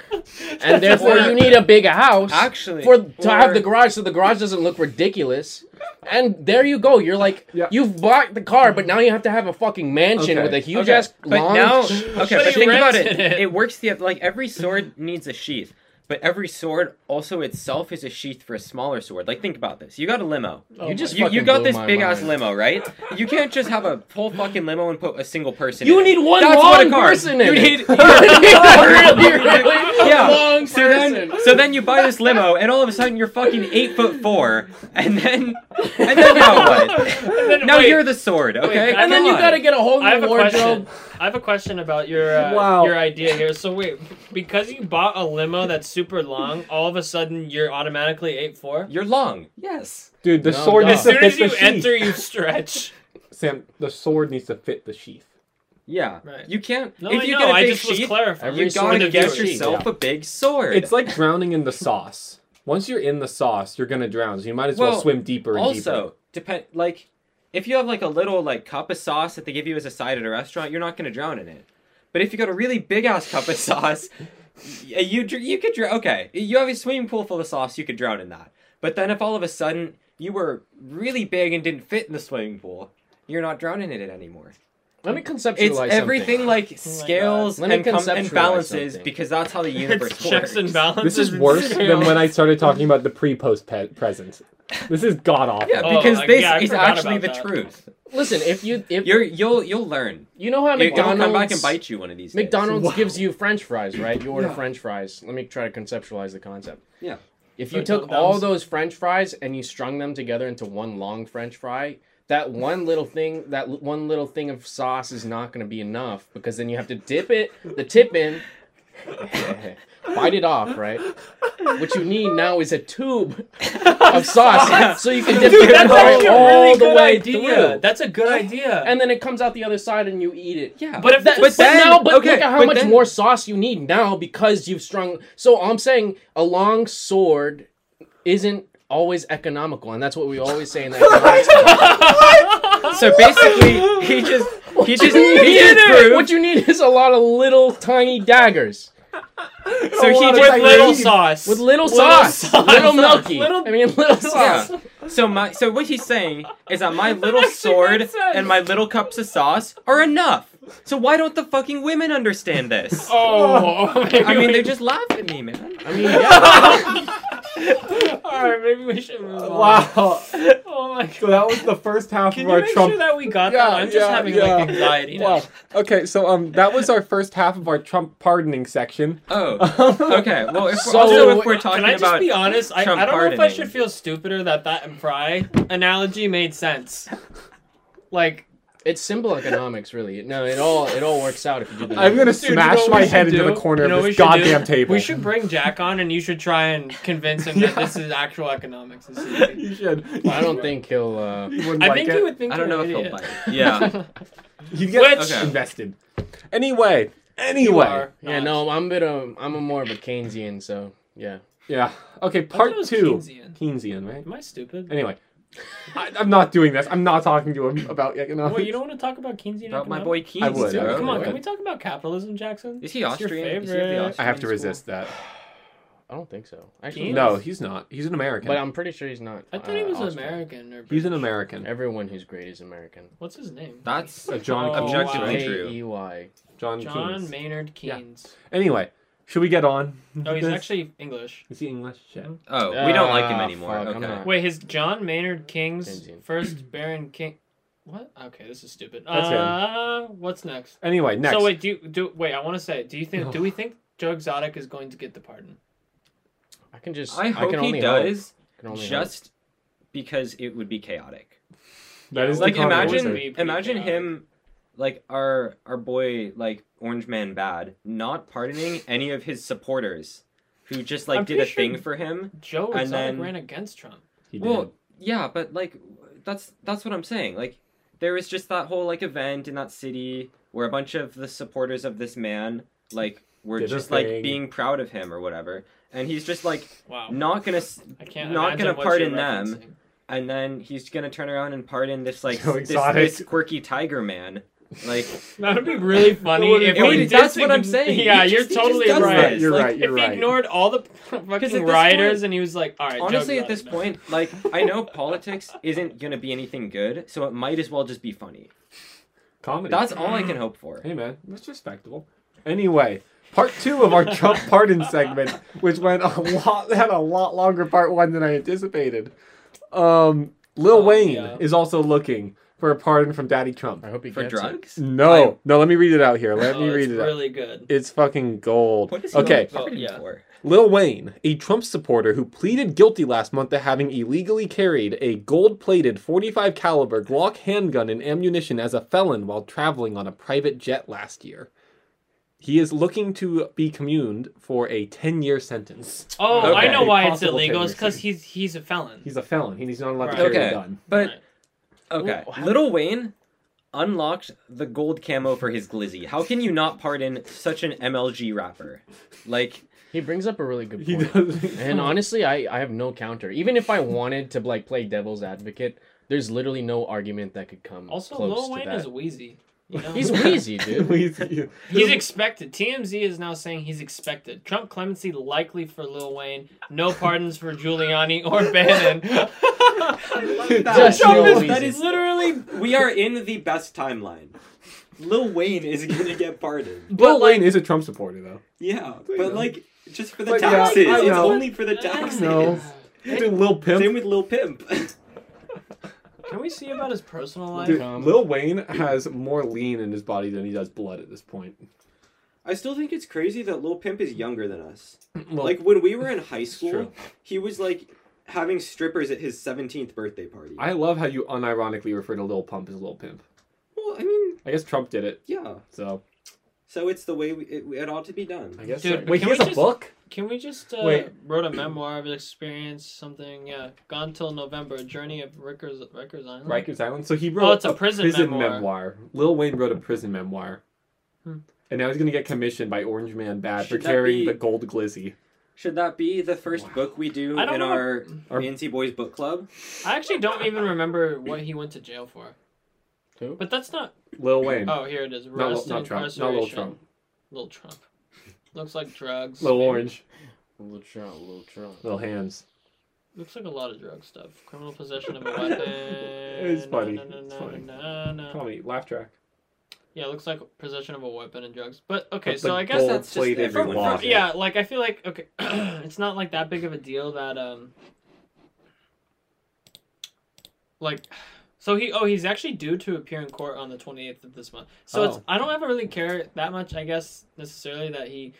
and therefore you need a big house.
Actually,
for to have
or-
the garage so the garage doesn't look ridiculous. And there you go. You're like
Yeah.
you've bought the car, but now you have to have a fucking mansion
Okay.
with a huge
okay,
ass
but
long.
now,
sh-
okay,
But
but
he
think about it.
rented it.
It works the like every sword needs a sheath, but every sword also itself is a sheath for a smaller sword. Like think about this. You got a limo.
Oh
you
my-
just
You, you
fucking
got
blew
this
my
big ass
mind.
limo, right? You can't just have a whole fucking limo and put a single person.
You
in it.
need one
That's
long
what a car.
person in
you
it.
Need,
Really, really
Yeah.
long
so then,
person.
so then you buy this limo, and all of a sudden you're fucking eight foot four, and then, and then now what?
And then-
Now
wait,
you're the sword, okay?
I
and then you
God.
gotta get a whole
I have
new
a
wardrobe.
question. I have a question about your uh,
Wow.
your idea here. So wait, because you bought a limo that's super long, all of a sudden you're automatically eight four.
You're long. Yes.
Dude, the
No,
sword
no.
needs
As
to
soon
fit
as
the
you
sheath.
enter, you stretch.
Sam, the sword needs to fit the sheath.
Yeah.
Right.
You can't.
No,
if
I
you
know.
get a
I
big
just was
sheath,
clarifying.
Every
you
sword
gotta
is
get
different.
yourself a big sword.
It's like drowning in the sauce. Once you're in the sauce, you're gonna drown. So you might as well,
Well,
swim deeper and deeper.
also depend like if you have like a little like cup of sauce that they give you as a side at a restaurant, you're not gonna drown in it. But if you got a really big ass cup of sauce, y- you dr- you could drown. Okay, you have a swimming pool full of sauce, you could drown in that. But then if all of a sudden you were really big and didn't fit in the swimming pool, you're not drowning in it anymore.
Let me conceptualize
It's
something.
everything like
Oh God.
scales
Let me
and, com- and
conceptualize
balances
something.
because that's how the universe
It's
works.
checks and balances.
This is
and
worse than
scales.
when I started talking about the pre-post pe- present. This is god awful.
Yeah,
Oh,
because
I-
this
yeah, I
is
forgot
actually the
about that.
truth.
Listen, if you if
You're you'll you'll learn.
you know how
It- it'll
McDonald's
come back and bite you one of these days.
McDonald's
Wow.
gives you French fries, right? You order
Yeah.
French fries. Let me try to conceptualize the concept.
Yeah.
If you
But
took
that
all
was-
those French fries and you strung them together into one long French fry, that one little thing, that l- one little thing of sauce is not going to be enough because then you have to dip it, the tip in, bite it off, right? What you need now is a tube of sauce, so you can dip
Dude,
the
that's
fry
actually a
all
really
the
good
way
idea.
through,
That's a good idea.
and then it comes out the other side and you eat it.
Yeah.
But if that-
But,
then-
now, but
okay,
look at how
but
much
then-
more sauce you need now because you've strung. So I'm saying a long sword isn't always economical, and that's what we always say in that. context.
So basically, he just he just he just
what
proved.
you need is a lot of little tiny daggers
So he
with
just
little
proved.
sauce.
with little, sauce,
sauce.
little milky.
Little-
I mean, little sauce.
Yeah. So my so what he's saying is that my little
actually
sword
makes sense.
and my little cups of sauce are enough. So why don't the fucking women understand this?
Oh,
I mean, they just laugh at me, man.
I mean, yeah.
all right. Maybe we should move on.
Wow.
Oh my god.
So that was the first half
Can
of
you
our
make
Trump.
sure that we got
Yeah,
that? I'm just
yeah,
having
yeah.
like anxiety now.
Wow. Okay, so um, that was our first half of our Trump pardoning section.
Oh, okay. Well, if
So-
we're, also if we're talking
Can I just
about
be honest? I, I
Trump
don't know if I
pardoning.
should feel stupider that that fry analogy made sense. Like,
it's simple economics, really. No, it all it all works out if you do the.
I'm gonna
numbers.
dude, you know
smash
what
my
we
head
should
into the
do?
corner
You know
of
what we
this
should do?
goddamn table.
We should bring Jack on, and you should try and convince him that this is actual economics. This is easy.
You should.
I don't think he'll. Uh,
You wouldn't
I
like
think
it.
he would think.
I don't
you're
know
an
if he'll
idiot.
bite. Yeah.
You'd get
Which-
Okay.
invested. Anyway,
You
anyway,
are
yeah,
not.
no, I'm a bit of I'm a more of a Keynesian, so yeah.
yeah. Okay,
I thought
part
it was
two.
Keynesian.
Keynesian, right?
Am I stupid?
Anyway, I, I'm not doing this. I'm not talking to him about economics.
Wait, you don't want to talk about Keynesian
About my
economics?
boy Keys.
I would, I
bro.
would,
Come
I
on,
would.
can we talk about capitalism, Jackson?
Is he
It's your
Austrian? Is he of the
favorite.
Austrian-
I have to
Keynesian
resist that.
I don't think so. Actually,
Keynesian?
No, he's not. He's an American.
But I'm pretty sure he's not.
I thought he
uh,
was
Austrian.
American or
he's an
British.
American.
Everyone who's great is American.
What's his name?
That's
Uh, John
Oh,
Keynes.
wow.
objectively
K
true.
E Y.
John,
John
Keynes.
Maynard
Yeah.
Keynes.
Anyway, should we get on?
Oh, he's actually English.
Is he English? Shit.
Oh, we don't like him
Ah,
anymore.
fuck, I'm
okay.
not-
Wait, his John Maynard Keynes,
Keynesian.
first Baron King. What? Okay, this is stupid.
That's him.
Uh, what's next?
Anyway, next.
So wait, do you, do wait? I want to say, do you think? Do we think Joe Exotic is going to get the pardon?
I can just.
I hope
can
he
only
does
hope. Can only hope.
just because it would be chaotic.
that is
like
the common
imagine
answer.
Be pretty
imagine
chaotic.
him like our our boy like Orange Man Bad not pardoning any of his supporters who just like
I'm
did a
pretty
thing
sure-
for him.
Joe
And
Exotic
then-
ran against Trump.
He did.
Well, yeah, but like that's that's what I'm saying. Like there was just that whole like event in that city where a bunch of the supporters of this man like were
Did their
just like
thing.
being proud of him or whatever, and he's just like
Wow.
not gonna s-
I can't.
not
imagine
gonna
what
pardon
you're
them.
referencing.
and then he's gonna turn around and pardon this like
So
this,
exotic.
this quirky tiger man. Like
That would be really funny
would've
if
been-
we
Wait,
that's
dis-
what I'm saying.
Yeah,
He
you're
just- he just
totally
does
right.
this.
You're
Like,
right. You're
if
right.
he ignored all the
this
fucking
point-
rioters and he was like, all right,
honestly
Joe's
at this
right.
point like i know politics isn't gonna be anything good so it might as well just be funny
Comedy.
that's all i can hope for
Hey man, that's respectable. Anyway, part two of our Trump pardon segment, which went a lot had a lot longer part one than I anticipated. Um, Lil
Oh,
Wayne
yeah.
is also looking for a pardon from Daddy Trump.
I hope he
for
gets it.
drugs
No,
I-
no. Let me read it out here. Let
Oh,
me read
it's
it. out.
really good.
It's fucking gold.
what is he
Okay,
on the podium
Yeah.
for?
Lil Wayne, a Trump supporter who pleaded guilty last month to having illegally carried a gold-plated 45 caliber Glock handgun and ammunition as a felon while traveling on a private jet last year. He is looking to be communed for a 10-year sentence.
Oh, I
Okay.
know why it's
Possible
illegal. It's because
tendency.
he's he's a felon.
He's a felon. He's not allowed to
Right.
carry
Okay.
a gun.
but
Right.
okay
Well, how-
little wayne unlocked the gold camo for his glizzy how can you not pardon such an mlg rapper like
He brings up a really good
He
point.
does.
And honestly, I, I have no counter. Even if I wanted to like play devil's advocate, there's literally no argument that could come
Also,
close
Lil
to
Wayne
that.
is wheezy. You know?
He's wheezy, dude.
He's-
He's expected. TMZ is now saying he's expected. Trump clemency likely for Lil Wayne. No pardons for Giuliani or Bannon.
Just
Trump
no
is-
reason.
that is literally we are in the best timeline lil wayne is gonna get pardoned
but
Lil
like,
Wayne is a Trump supporter, though.
yeah
Yeah.
but like just for the
But yeah,
taxes
I
it's
know.
only for the taxes
No. Dude, Lil Pimp.
same with lil pimp
can we see about his personal life?
Dude,
Um,
Lil Wayne has more lean in his body than he does blood at this point.
I still think it's crazy that Lil Pimp is younger than us.
Well,
like when we were in high
true.
school, he was like having strippers at his 17th birthday party.
I love how you unironically refer to Lil Pump as Lil Pimp.
well, I mean,
I guess Trump did it,
yeah.
so
So it's the way we, it, it ought to be done.
I guess.
Dude,
so. Wait,
can
he has
we
a
just-
book.
Can we just uh,
Wait.
wrote a memoir of his experience? Something, yeah. Gone till November, a journey of Rikers, Rikers Island.
Rikers Island. So he wrote.
Mm. Oh, it's a prison memoir.
Lil Wayne wrote a prison memoir,
Hmm.
and now he's gonna get commissioned by Orange Man Bad
Should
for
that
carrying
be-
the gold glizzy.
Should that be the first
Wow.
book we do
I don't
in
know.
our
Our-
Nancy Boys book club?
I actually don't even remember what he went to jail for.
Who?
But that's not.
Lil Wayne,
Oh, here it is.
not, Lil-
Arrest
not
and
Trump, not Lil Trump,
incarceration. Lil Trump. Looks like drugs.
Lil
maybe.
Orange,
Little Trump, little Trump.
Lil Hands.
Looks like a lot of drug stuff. Criminal possession of a weapon.
It's funny.
na- na-
It's
na-
funny.
na- na- na.
Comedy laugh track.
Yeah, looks like possession of a weapon and drugs. But okay,
But
so
the
I guess
gold
that's just
plated
from-
one.
from- yeah, like I feel like okay, it's not like that big of a deal that um, like, so he oh he's actually due to appear in court on the twenty eighth of this month. So it's
Oh.
I don't ever really care that much I guess necessarily that he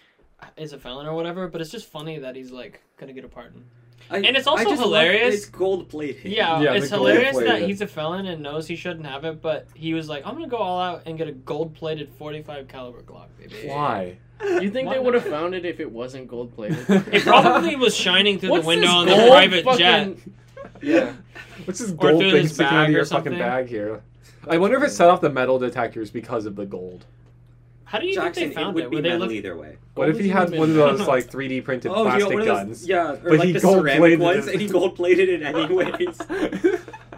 is a felon or whatever, but it's just funny that he's like gonna get a pardon.
I,
And it's also
I just love
hilarious.
that It's gold plated.
Yeah,
Yeah,
it's
the gold
hilarious that
plated.
he's a felon and knows he shouldn't have it, but he was like, "I'm gonna go all out and get a gold-plated 45 caliber Glock, baby."
Why?
You think they would have found it if it wasn't gold plated?
It probably was shining through
What's
the window
this
on the
gold
private jet.
fucking- Yeah.
What's this
Or
gold
through
thing
his
sticking out of
bag or
your
something.
fucking bag here? I wonder if it set off the metal detectors because of the gold.
How do you
Jackson,
think they
it
found
would
it?
be
Were they
metal
look-
either way.
What if
was
he
in
had
the
one of
middle.
those like 3D printed
Oh, yeah,
plastic
one of
guns?
those, yeah, or
But
like
he
the
gold
ceramic
plated
ones,
it.
and he gold plated it anyways.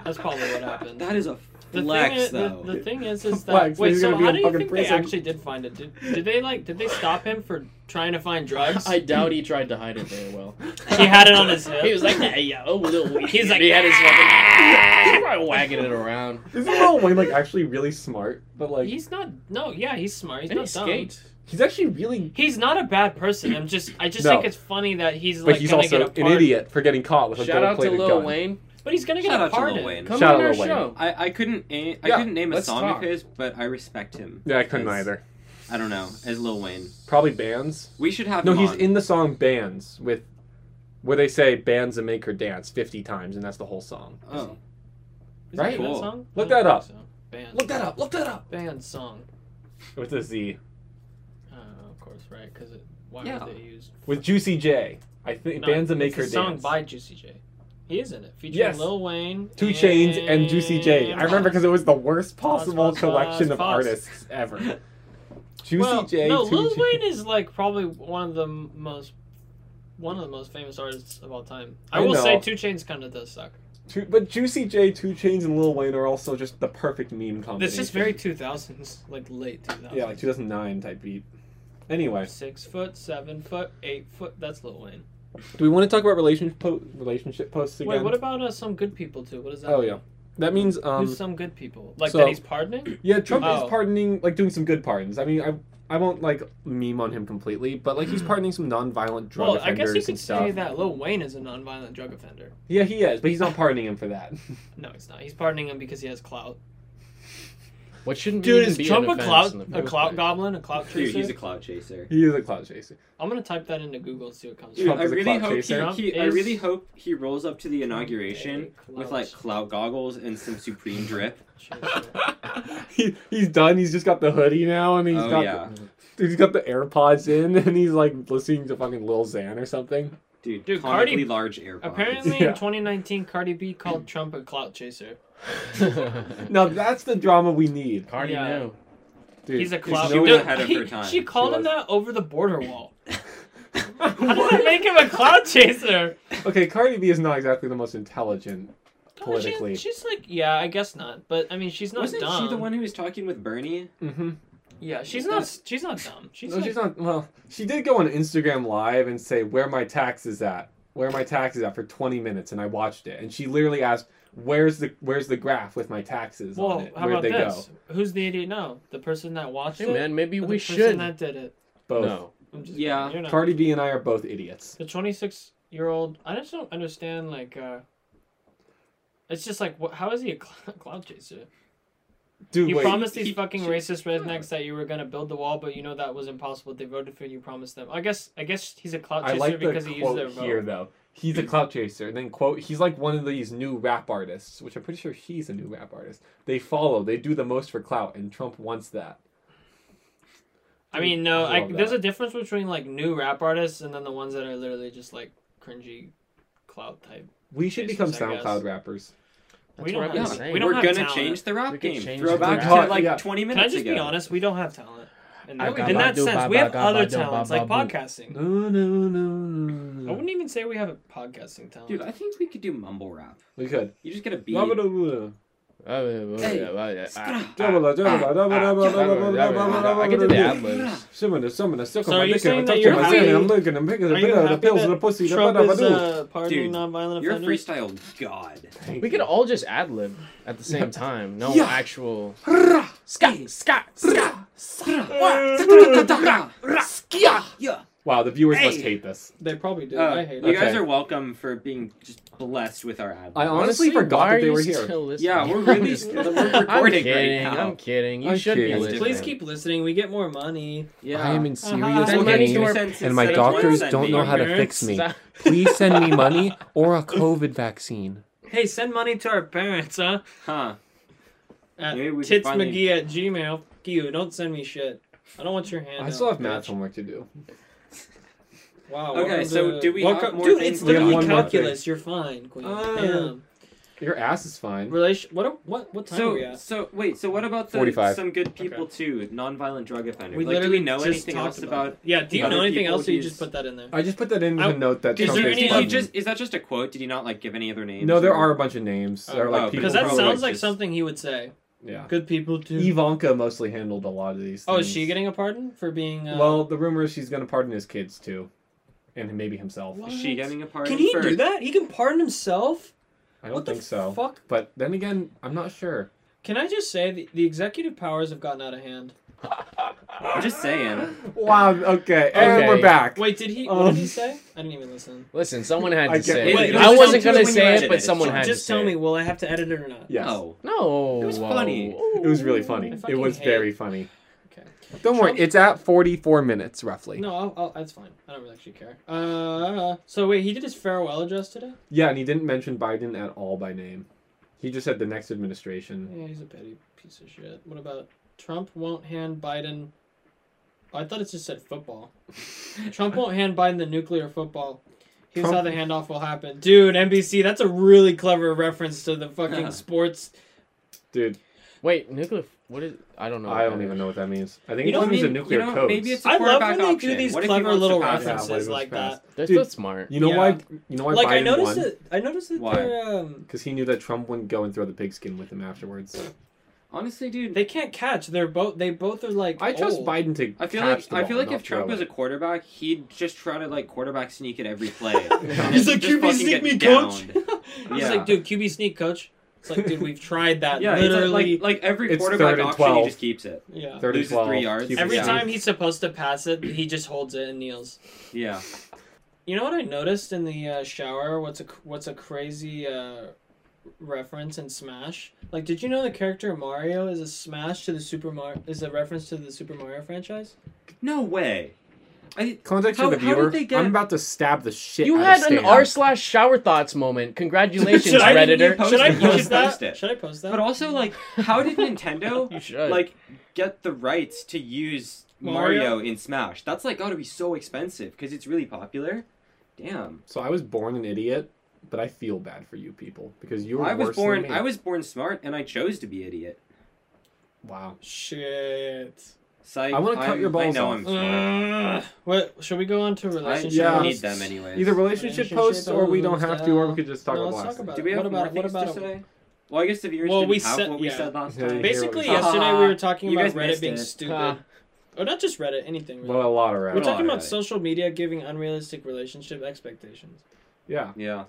That's probably what happened.
that is a
the
flex,
thing is,
though.
The, the thing is, is that
Flex,
wait.
he's
So
gonna be
how
in
do you
fucking
think
prison.
they actually did find it? Did, did they like? Did they stop him for trying to find drugs?
I doubt he tried to hide it very well.
he had it on his hip.
He was like, hey, yo, little weed.
He's like, "Ah!"
he had his fucking. He's probably wagging it around.
Isn't Lil Wayne like actually really smart? But like
he's not. No, yeah, he's smart. He's
and he
not dumb.
skates.
he's actually really.
He's not a bad person. I'm just, I just
No.
think it's funny that he's
But
like
he's
gonna get
also
a
an
pardon.
idiot for getting caught with a
Shout
gold
out to
plated
Lil
gun.
Wayne.
But he's gonna get
Shout
a
out to Lil
pardon.
Wayne.
Come
Shout
on
out
our
Lil Wayne.
show.
I, I couldn't a- I
Yeah,
couldn't name a
let's
song
talk.
of his, but I respect him.
Yeah, I couldn't
as-
either.
I don't know. As Lil Wayne,
Probably bands.
we should have.
No,
him
he's
on.
in the song "Bands" with where they say "Bands and make her dance" fifty times, and that's the whole song.
Oh,
Is that
Right?
that
Cool.
song?
Look
I don't
that
think so. Band.
Look that up. Look that up.
Band song.
With a Z.
Uh, of course, right? Because why
Yeah.
would they use?
With Juicy J. I think
No,
"Bands and make
it's
her
a song
dance."
by Juicy J. He is in it, featuring
Yes.
Lil Wayne,
Two Chains and Juicy J. I remember because it was the worst
Fox,
possible
Fox,
collection
Fox,
of
Fox.
artists ever. Juicy
well,
J,
No,
Two
Lil
Chainz-
Wayne is like probably one of the m- most one of the most famous artists of all time. I,
I
will
know.
say Two Chains kind of does suck.
Ju- but Juicy J, Two Chains, and Lil Wayne are also just the perfect meme combination.
This is very two thousands, like late two thousands.
yeah, like 2009 type beat. Anyway,
six foot, seven foot, eight foot. That's Lil Wayne.
do we want to talk about relationship po- relationship posts again?
Wait, what about uh, some good people too? What is that?
oh
mean?
yeah, that means um
Who's some good people? Like
so-
that he's pardoning?
Yeah, Trump
Oh.
is pardoning, like doing some good pardons. I mean, I I won't like meme on him completely, but like he's pardoning some nonviolent drug
Well, I
offenders
guess you
and
could
stuff.
say that Lil Wayne is a nonviolent drug offender.
Yeah, he is, but he's not pardoning him for that.
No, he's not. He's pardoning him because he has clout.
What shouldn't
Dude,
even
is
be
Trump
an
a
offense
clout
in the
a
first
clout
place?
goblin? A clout chaser?
Dude, he's a cloud chaser.
he is a cloud chaser.
I'm gonna type that into Google and see what comes.
Dude,
up.
Trump
I
is a
really
clout
hope he,
chaser.
he- I
Trump
really
is-
hope he rolls up to the inauguration
Okay,
with like clout goggles and some supreme drip.
clout chaser.
he, he's done. He's just got the hoodie now, and he's
oh
got
yeah,
he's got the AirPods in, and he's like listening to fucking Lil Xan or something.
dude,
Dude,
comically
Cardi-
large AirPods.
Apparently,
Yeah.
in 2019, Cardi B called Trump a clout chaser.
Now that's the drama we need,
Cardi
Yeah.
knew.
dude.
He's a
There's
clout.
no
Dude,
one ahead of her
he-
time.
She called
She
him
was.
that over the border wall. How did that
no-
make him a clout chaser?
okay, Cardi B is not exactly the most intelligent.
No, she-
Politically.
she's like, yeah, I guess not. But I mean, she's not
Wasn't
dumb.
she the one who was talking with Bernie?
Mm-hmm.
Yeah, she's not. She's not dumb. She's,
no,
like,
she's not. Well, she did go on Instagram Live and say, "Where my taxes at? Where my taxes at?" for 20 minutes, and I watched it. And she literally asked, "Where's the Where's the graph with my taxes on
Well,
it?
how
Where'd
about
they
this? Who's the idiot now? The person that watched
Hey
it.
man, maybe
or
we
the
should.
person that did it.
go?" Both.
No.
I'm just
Yeah.
kidding, You're not.
Cardi B and I are both idiots.
the 26 year old. I just don't understand. Like, uh it's just like, what, how is he a cl- cloud chaser?
Dude,
You
wait.
promised these
he-
fucking
she-
racist rednecks that you were gonna build the wall, but you know that was impossible. They voted for you. You promised them. I guess. I guess he's a clout
I
chaser
like the
because he used their
quote
vote.
here though. He's a clout chaser, and then quote, he's like one of these new rap artists, which I'm pretty sure he's a new rap artist. They follow, they do the most for clout, and Trump wants that.
I mean, no.
I
I,
love
there's
that.
a difference between like new rap artists and then the ones that are literally just like cringy, clout type.
We should
Jesus,
become
I guess.
SoundCloud rappers.
That's
We
what
don't
I've been
have-
saying.
we don't
We're gonna
talent.
change the
We
rap
could
game.
change
Throw
the
back
rap.
to like
Yeah.
20
Can
minutes
I just
ago.
be honest? We don't have talent. In
I
that,
got
in that
Badu,
sense, we have
Baba,
other
Badu,
talents like
Baba, Badu.
podcasting.
No, no, no,
I
no.
wouldn't even say we have a podcasting talent.
Dude, I think we could do mumble rap.
We could.
You just get a beat.
Ah,
I get to the ad libs.
Summoner, summoner,
So are you saying that you're happy-
looking, I'm picking
Are you happy
pills
that
and the pussy. da
Trump
ba da
is
ba doo.
uh, pardoning
Dude,
nonviolent
You're a
offenders.
freestyle god.
We could all just ad lib at the same time. No
Yeah.
actual.
uh,
Scott, Scott, Scott, Yeah.
Wow, the viewers must
Hey.
hate this.
They probably do.
Uh,
I hate
you
it.
guys
Okay.
are welcome for being just blessed with our ad.
I
libs.
honestly
why
forgot
are
that they
you
were here.
still listening?
yeah, we're really we're recording
I'm
right
kidding.
now.
I'm kidding. You
I'm
should
kidding.
be listening.
Please keep listening. We get more money.
yeah.
in
serious
Send money to our-
Cents
and my
instead of
doctors
one
don't
cent,
know how to
maybe.
fix me. Please send me money or a COVID vaccine.
Hey, send money to our parents, huh?
Huh?
At
Maybe we can
titsmcgee
finally-
at gmail. F you. Don't send me shit. I don't want your hand.
I still have math
math.
homework to do.
Wow.
Okay,
welcome
so
to-
do we
welcome,
have more
Dude,
things
it's
we have
one
literally
more
calculus. You're fine, Queen.
Ah.
Damn.
Your ass is fine.
Relation. What? Are, what? What time are we
So,
at?
so wait. So, what about the
45.
some good people too? Nonviolent drug offenders.
We
like, do
literally
we know
just
anything
talked
else about?
it. Yeah. Do you
other
know anything
people
else? Or you
he's-
just put that in there.
I just put that in
I-
the note that
Is
Is
Trump
there
there
is
any?
any-
He
funny.
just is that just a quote? Did he not like give any other names?
No, there
or-
are a bunch of names. There are
Oh,
like
wow.
people.
Because that
probably
sounds like
just-
something he would say.
Yeah.
Good people too.
Ivanka mostly handled a lot of these.
Oh,
things.
is she getting a pardon for being? Uh,
Well, the rumor is she's gonna pardon his kids too, and maybe himself.
What?
Is she getting a pardon?
can he
for...
do that? He can pardon himself.
I don't
what the
think so.
Fuck.
But then again, I'm not sure.
Can I just say the, the executive powers have gotten out of hand?
I'm just saying.
Wow. Okay,
and we're
back.
Wait, did he? what
Um,
did he say? I didn't even listen.
Listen, someone had to
I get-
say
Wait,
it.
it
I
was
wasn't
just when
gonna
you
say
read
it,
it,
but
it's
someone
fine.
had
Just
to
tell
say
me,
It.
will I have to edit it or not?
Yes.
No.
No.
It was funny.
It was really funny.
I
It
fucking
was
hate
very funny.
Okay.
Don't worry,
Trump-
it's at 44 minutes roughly.
No, I'll, I'll, that's fine. I don't really actually care. Uh, so wait, he did his farewell address today.
Yeah, and he didn't mention Biden at all by name. He just said the next administration.
Yeah, he's a petty piece of shit. What about Trump won't hand Biden? I thought it just said football. Trump won't hand Biden the nuclear football. Here's how the handoff will happen. Dude, NBC, that's a really clever reference to the fucking
Yeah.
sports.
Dude,
Wait, nuclear. What is? I don't know.
I don't even know what that means. I think
You
it
know,
just means a
maybe-
nuclear
you know,
code.
maybe it's a
I love
quarterback
when they do
option.
these
What if he
clever
wants to
little
pass it?
What if
references
he
like
wants
that.
to
They're
Dude.
so smart.
You know
Yeah.
why? You know why
Like I
Biden
noticed
won?
that I noticed that
Why?
they're um,
Because he knew that Trump wouldn't go and throw the pigskin with him afterwards.
Honestly, dude,
they can't catch. They're both they both are like
I trust
old.
Biden to.
Oh. I feel
catch
like
the
I
ball,
feel like
not
if Trump
throw
was a
it.
quarterback, he'd just try to like quarterback sneak at every play. And
He's like
just
QB
fucking
sneak
get
me, coach.
downed.
He's
Yeah.
like, dude, QB sneak, coach. It's like, dude, we've tried that
Yeah, it's uh, like,
literally.
like like every
It's
quarterback
third and
option, he
12.
just keeps it.
yeah.
Third and
loses three
12,
yards.
keep it
Every
down.
time he's supposed to pass it, he just holds it and kneels.
Yeah,
You know what I noticed in the uh, shower? What's a what's a crazy uh, reference in Smash? Like, did you know the character Mario is a Smash to the Super Mario is a reference to the Super Mario franchise?
no way. I
Context
How-
for the
how did
viewer.
they get-
I'm about to stab the shit.
You
out
had
of
an
Stan.
r slash shower thoughts moment. Congratulations,
Should I-
redditor.
Post
Should I
it. You should
post that?
post it.
Should I post that?
but also like, how did Nintendo
You should.
like get the rights to use
Mario?
Mario, in Smash? That's like got to be so expensive because it's really popular. Damn,
So I was born an idiot, but I feel bad for you people because you were
I was
worse
born
Than me.
I was born smart and I chose to be idiot.
Wow.
Shit.
Psych,
I wanna cut
I'm-
your balls
I know
off.
I'm smart.
Ugh. what should we go on to
I
Mm, relationships?
Yeah.
need them anyways.
Either relationship
Relationship
posts or we don't have to, or we
style.
could just talk
No,
about
let's
last
talk
thing.
about
Uh, Do we
What
have more
what
things
about
to say? Well, I guess the viewers
Well,
didn't
we
have
said-
what we
yeah.
said last
Yeah,
time.
yeah.
Basically,
Here we go.
yesterday we were talking
You guys
about
missed
Reddit being
it. Ah.
stupid.
Huh.
Or not just Reddit, anything. Really.
Well, a lot
we're
around.
Well,
talking about
Reddit.
social media giving unrealistic relationship expectations,
Yeah,
Yeah.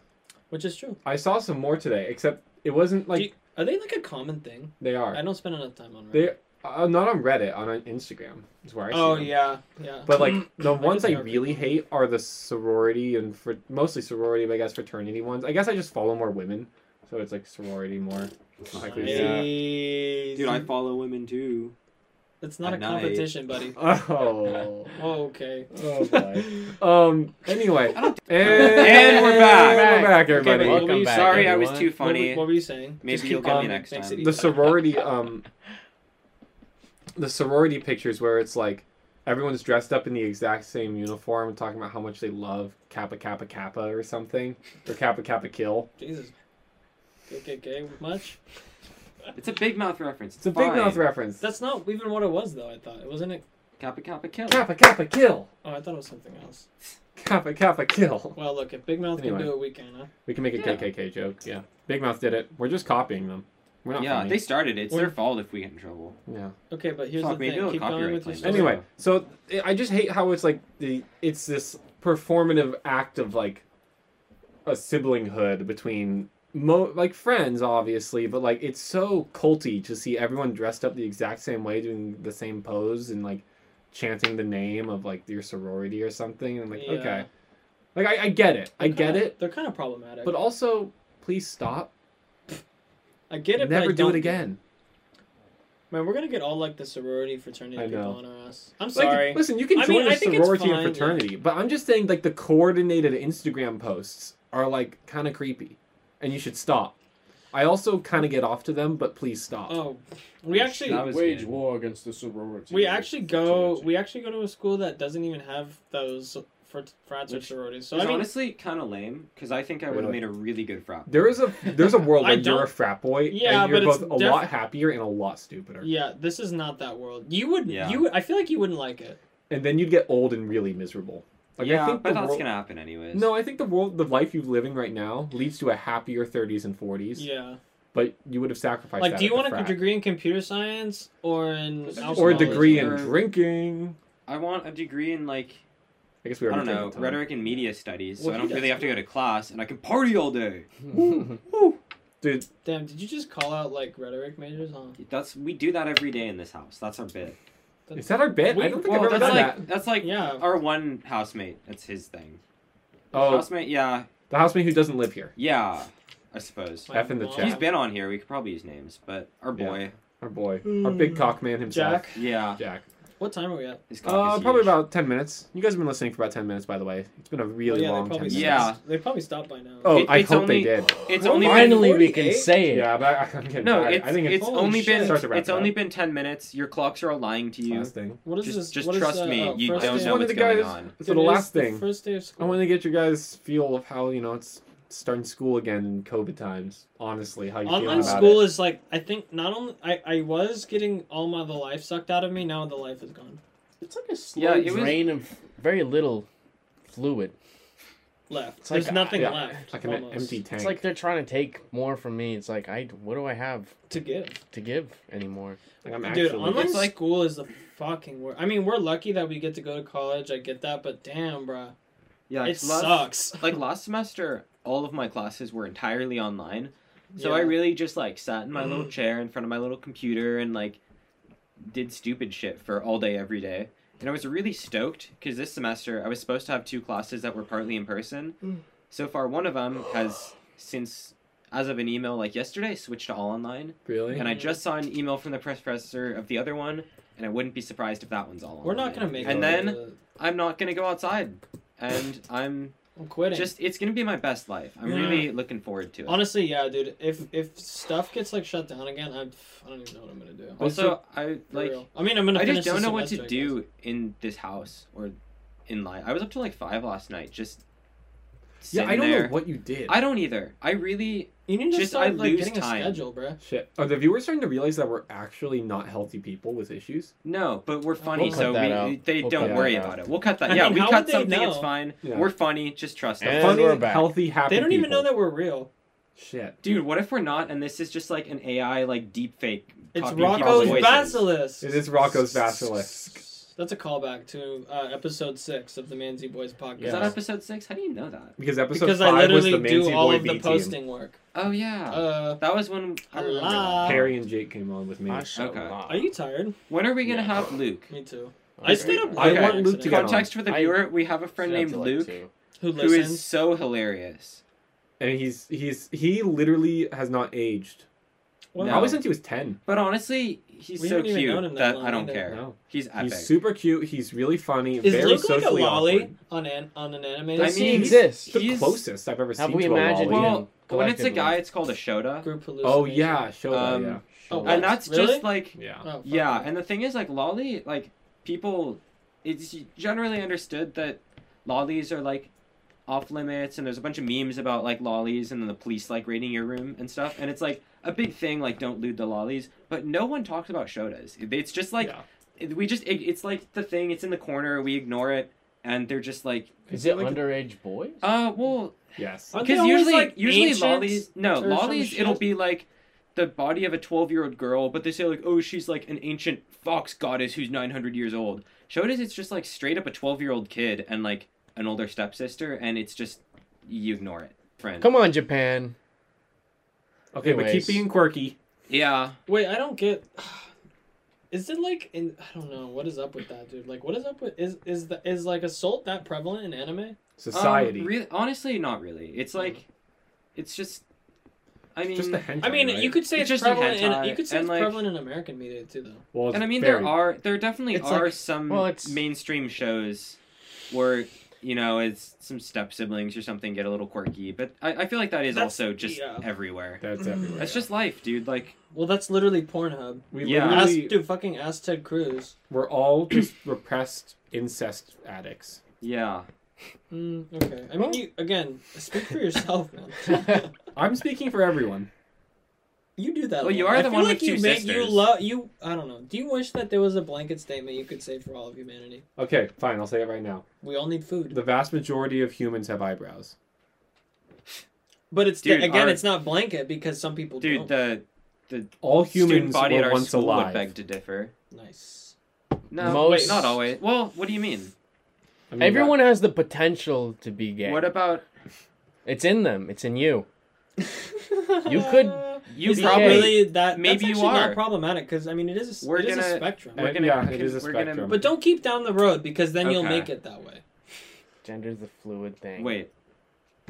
which is true.
I saw some more today, except it wasn't like
Do you- Are they like a common thing?
they are.
I don't spend enough time on Reddit.
They uh, not on Reddit, on Instagram is where I see
oh
them.
yeah, yeah.
But like the ones I
they are
really hate are the sorority and fr- mostly sorority, but I guess fraternity ones. I guess I just follow more women, so it's like sorority more. likely to see.
Yeah. Dude, I
Nice.
follow women too.
It's not a
Nice.
competition, buddy.
Oh.
Oh, okay.
oh boy. Um. Anyway, and,
And we're back.
We're back,
Okay,
everybody.
but
Welcome
what were you
back,
saying?
Sorry, I was
everyone.
too
What were-
funny.
What were you saying?
Maybe
keep
you'll get
on.
me next
Makes it
time.
easy.
the sorority um the sorority pictures where it's like everyone's dressed up in the exact same uniform and talking about how much they love kappa kappa kappa or something or kappa kappa kill
Jesus. KKK much?
It's a big mouth reference.
it's a big mouth
reference.
reference
That's not even what it was though. I thought it wasn't it.
Kappa Kappa Kill.
kappa kappa kill
Oh, I thought it was something else.
kappa kappa kill
Well, look, if Big Mouth
Anyway.
can do it, we can. Huh?
we can make a
Yeah.
kkk joke yeah big mouth did it we're just copying them we're not
Yeah,
funny.
they started it. It's their fault if we get in trouble.
yeah
Okay, but here's
Fuck,
the
maybe
thing.
it'll
Keep going
copyright
with your
claim
story.
it.
Anyway, so eh, I- I just hate how it's like the it's this performative act of like a siblinghood between mo like friends obviously, but like it's so culty to see everyone dressed up the exact same way doing the same pose and like chanting the name of like your sorority or something and I'm like
Yeah.
okay. Like I, I get it. I get
Kinda-
it.
They're kind of problematic.
But also please stop.
I get it. but I
Never do
don't
it
get
again.
Man, we're gonna get all like the sorority fraternity
I
people
know.
on our ass. I'm
Like,
sorry.
listen, you can
I mean,
join
I
a
think it's
sorority
fine,
and fraternity, but I'm just saying, like, the coordinated Instagram posts are, like, kind of creepy, and you should stop. I also kind of get off to them, but please stop.
oh, we actually
That was good.
war against the sorority.
we actually go we actually go to a school that doesn't even have those fr- frats or
Which
sororities.
So
So I mean,
honestly kind of lame because I think I would have
Really?
made a really good frog.
There is a there's a world
I
where you're a
don't-
frat boy,
Yeah,
and you're
but it's
both a lot
def-
happier and a lot stupider,
yeah, this is not that world. You would
Yeah.
you would, I feel like you wouldn't like it.
and then you'd get old and really miserable. Like, I
yeah,
think
but
the
that's
world...
gonna happen anyways.
No, I think the world, the life you're living right now, leads to a happier 30s and 40s.
Yeah.
But you would have sacrificed.
Like,
that
do
at
you
the
want a
frat.
degree in computer science or in
Or a
or a
alcoholism?
degree in
Or-
drinking?
I want a degree in like
I guess we
I don't
already drank
know
a ton.
rhetoric and media studies, so
Well,
I
he
don't really
does.
have to go to class and I can party all day.
Dude,
Damn, did you just call out like rhetoric majors? Huh.
That's we do that every day in this house. That's our bit.
is that our bit? I
We-
don't think
Well,
I've ever
Oh, that's
done
like
that.
that's like
Yeah.
our one housemate. That's his thing.
Oh,
Housemate, yeah,
the housemate who doesn't live here.
yeah. I suppose
My
F in the
mom-
chat.
he's been on here. We could probably use names, but our
Yeah.
boy,
Our boy, our big cock man himself.
Jack.
yeah,
Jack.
What time are we at?
His cock
Hmm. Uh,
is
probably
huge.
about ten minutes. You guys have been listening for about ten minutes, by the way. It's been a really
oh, yeah,
long
they
ten
probably
minutes.
minutes. Yeah.
They probably stopped by now.
Oh,
It-
I
it's
hope
only-
they did.
It's
We're
only
been
Finally, we can
48?
say it.
Yeah, but I, I'm getting
No,
tired.
it's
I think
it's
it's,
Holy
only
shit.
been
Start to wrap
it's
it
only
up.
been ten minutes. Your clocks are lying to you.
last thing.
What is this?
Just just
what is,
trust
uh,
me,
oh,
you
first
don't
day-
know
one of
what's
the
going
guys-
on.
So the
Dude, it is
last thing.
First day of
I
school.
want to get your guys' feel of how you know it's starting school again in COVID times. Honestly, how you feel
Online
about
school
it?
is like I think not only I, I was getting all my the life sucked out of me. Now the life is gone.
It's like a slow
Yeah, it was-
drain of very little fluid.
Left.
It's like,
There's nothing
yeah,
left.
like an
almost,
empty tank.
It's like they're trying to take more from me. It's like I what do I have
to give.
to give anymore?
Like, I'm
Dude,
actually.
online
It's like-
school is the fucking worst. I mean, we're lucky that we get to go to college. I get that, but damn, bruh.
Yeah,
it sucks.
like last semester all of my classes were entirely online so i
Yeah. Mm-hmm.
really just like sat in my little chair in front of my little computer and like did stupid shit for all day every day and i was really stoked because this semester i was supposed to have two classes that were partly in person
Mm.
so far one of them has since as of an email like yesterday switched to all online
really?
and i
Mhm.
just saw an email from the press professor of the other one and i wouldn't be surprised if that one's all online
We're not gonna make
and
it.
then
to-
i'm not gonna go outside and i'm
I'm quitting.
just it's gonna be my best life. I'm
Yeah.
really looking forward to it.
Honestly, yeah, dude. If if stuff gets like shut down again, I'm, I don't even know what I'm gonna do.
also, I
For
like
real. I mean, I'm gonna.
I just
finish
don't
this
know what to
semester, I guess.
do in this house or in life. I was up till like five last night, just
yeah,
sitting
I don't
there.
know what you did.
I don't either. I really
You need to
Just,
start
I
like
lose
getting
time.
a schedule, bruh.
Shit. Are the viewers starting to realize that we're actually not healthy people with issues?
no, but we're funny,
cut
so
that
we,
out.
they
We'll
don't
cut
worry
that out.
about it. We'll cut that.
I
yeah,
mean,
we
how
cut
would they
something. It's
know?
fine.
Yeah.
We're funny. Just trust
And
us,
Funny,
we're back.
healthy, happy.
They don't even know
people.
that we're real.
Shit.
dude. What if we're not? And this is just like an AI like deep fake.
It's
copying people's
Rocco's
voices.
basilisk.
It is Rocco's basilisk.
That's a callback to uh, episode six of the Manzy Boys podcast.
Is that
Yeah.
episode six? How do you know that?
Because episode
Because I
five was the
literally
Mancy
do all
Boy
of the
B team.
posting work.
Oh yeah,
Uh,
that was when. I remember that.
Alive.
Harry and Jake came on with me.
Mashallah.
are you tired?
When are we gonna
Yeah.
have Luke?
Me too. I stayed up
I
late.
want
by
Luke to
accident.
get on.
Context for the
I-
viewer: We have a friend named Luke who
Who listens?
is so hilarious.
And he's he's he literally has not aged.
Well,
No.
Probably since he was ten.
But honestly, he's
We
so
haven't even known him
cute
that
that,
long
I don't
either.
care.
No.
He's epic.
He's super cute. He's really funny.
Is
very
Luke like a
socially
lolly
awkward.
on an on an animated
I
Does he
mean,
he's-
exist?
It's the
He's-
closest I've ever
Have
seen
we
to a lolly.
imagined
well, when it's a
collectively.
guy, it's called a Shota,
group
oh
hallucination?
yeah, show
Um,
yeah.
oh.
Sure.
and that's
Really?
just like
Yeah.
Oh, fuck
yeah.
me.
And the thing is, like Lolly, like people, it's generally understood that lollies are like off limits, and there's a bunch of memes about like lollies and then the police like raiding your room and stuff, and it's like a big thing like don't loot the lollies, but no one talks about Shotas. It's just like.
yeah.
It- we just it, it's like the thing it's in the corner we ignore it and they're just like
Is it
Like a-
underage boys?
uh well
yes.
Aren't they
because
always,
usually
like,
usually
ancient
lollies no
or some
lollies
shit?
it'll be like the body of a 12 year old girl but they say like oh she's like an ancient fox goddess who's 900 years old shodas it's just like straight up a 12 year old kid and like an older stepsister and it's just you ignore it friend
Come on, Japan.
Okay, but keep
Anyways.
being
Um,
quirky.
yeah Um,
Wait, I don't get. Is it like in? I don't know. What is up with that, dude? Like, what is up with is is the is like assault that prevalent in anime?
Um,
Society.
really, honestly not really it's like it's just i mean
just the hentai.
I mean,
right?
you could say it's,
It's just in
prevalent. In,
hentai,
you could say
and,
it's
like-
prevalent in American media too, though.
Well, it's
and I mean,
very-
there are there definitely
It's
are
like-
some
well, it's-
mainstream shows where you know it's some step siblings or something get a little quirky, but I, I feel like that is
That's-
also just
uh,
yeah.
everywhere.
That's everywhere.
Mm-hmm. That's just life, dude. Like
Well, that's literally Pornhub.
we
yeah.
Ask,
literally
dude, fucking ask Ted Cruz.
we're all just repressed incest addicts.
yeah,
Mm, okay. I mean, you again. Speak for yourself, man.
I'm speaking for everyone.
You do that. a
Well, you
lot.
are
I
the
feel
one
like
with
you
two
make you
sisters.
love you. I don't know. Do you wish that there was a blanket statement you could say for all of humanity?
Okay, fine. I'll say it right now.
We all need food.
The vast majority of humans have eyebrows.
But it's
Dude,
again,
our-
it's not blanket because some people
dude.
don't.
The the
All
student
humans
body at
were
our
once
school would
alive.
beg to differ.
nice.
No,
Most-
wait, not always. Well, what do you mean?
I mean,
Everyone has the potential to be gay.
What about
It's in them. It's in you. You could-
you?
Is
It's gay.
that
probably
really that?
Maybe you
that's actually
are.
Not problematic because I mean it is. A,
We're
it is a
gonna-
spectrum.
Uh,
we're gonna.
yeah, it is a
we're gonna-
spectrum.
but don't keep down the road because then you'll
Okay.
make it that way.
Gender's the fluid thing.
wait.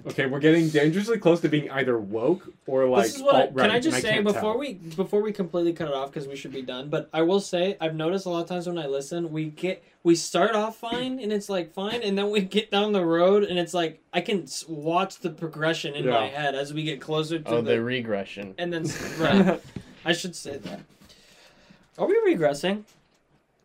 Okay, we're getting dangerously close to being either woke or like.
this is what I,
alt-right,
can I just
and
say
can't
before
tell.
we before we completely cut it off because we should be done. But I will say I've noticed a lot of times when I listen, we get we start off fine and it's like fine, and then we get down the road and it's like I can s- watch the progression in my
Yeah.
head as we get closer to
Oh,
the,
the regression.
and then s- right. I should say that. Are we regressing?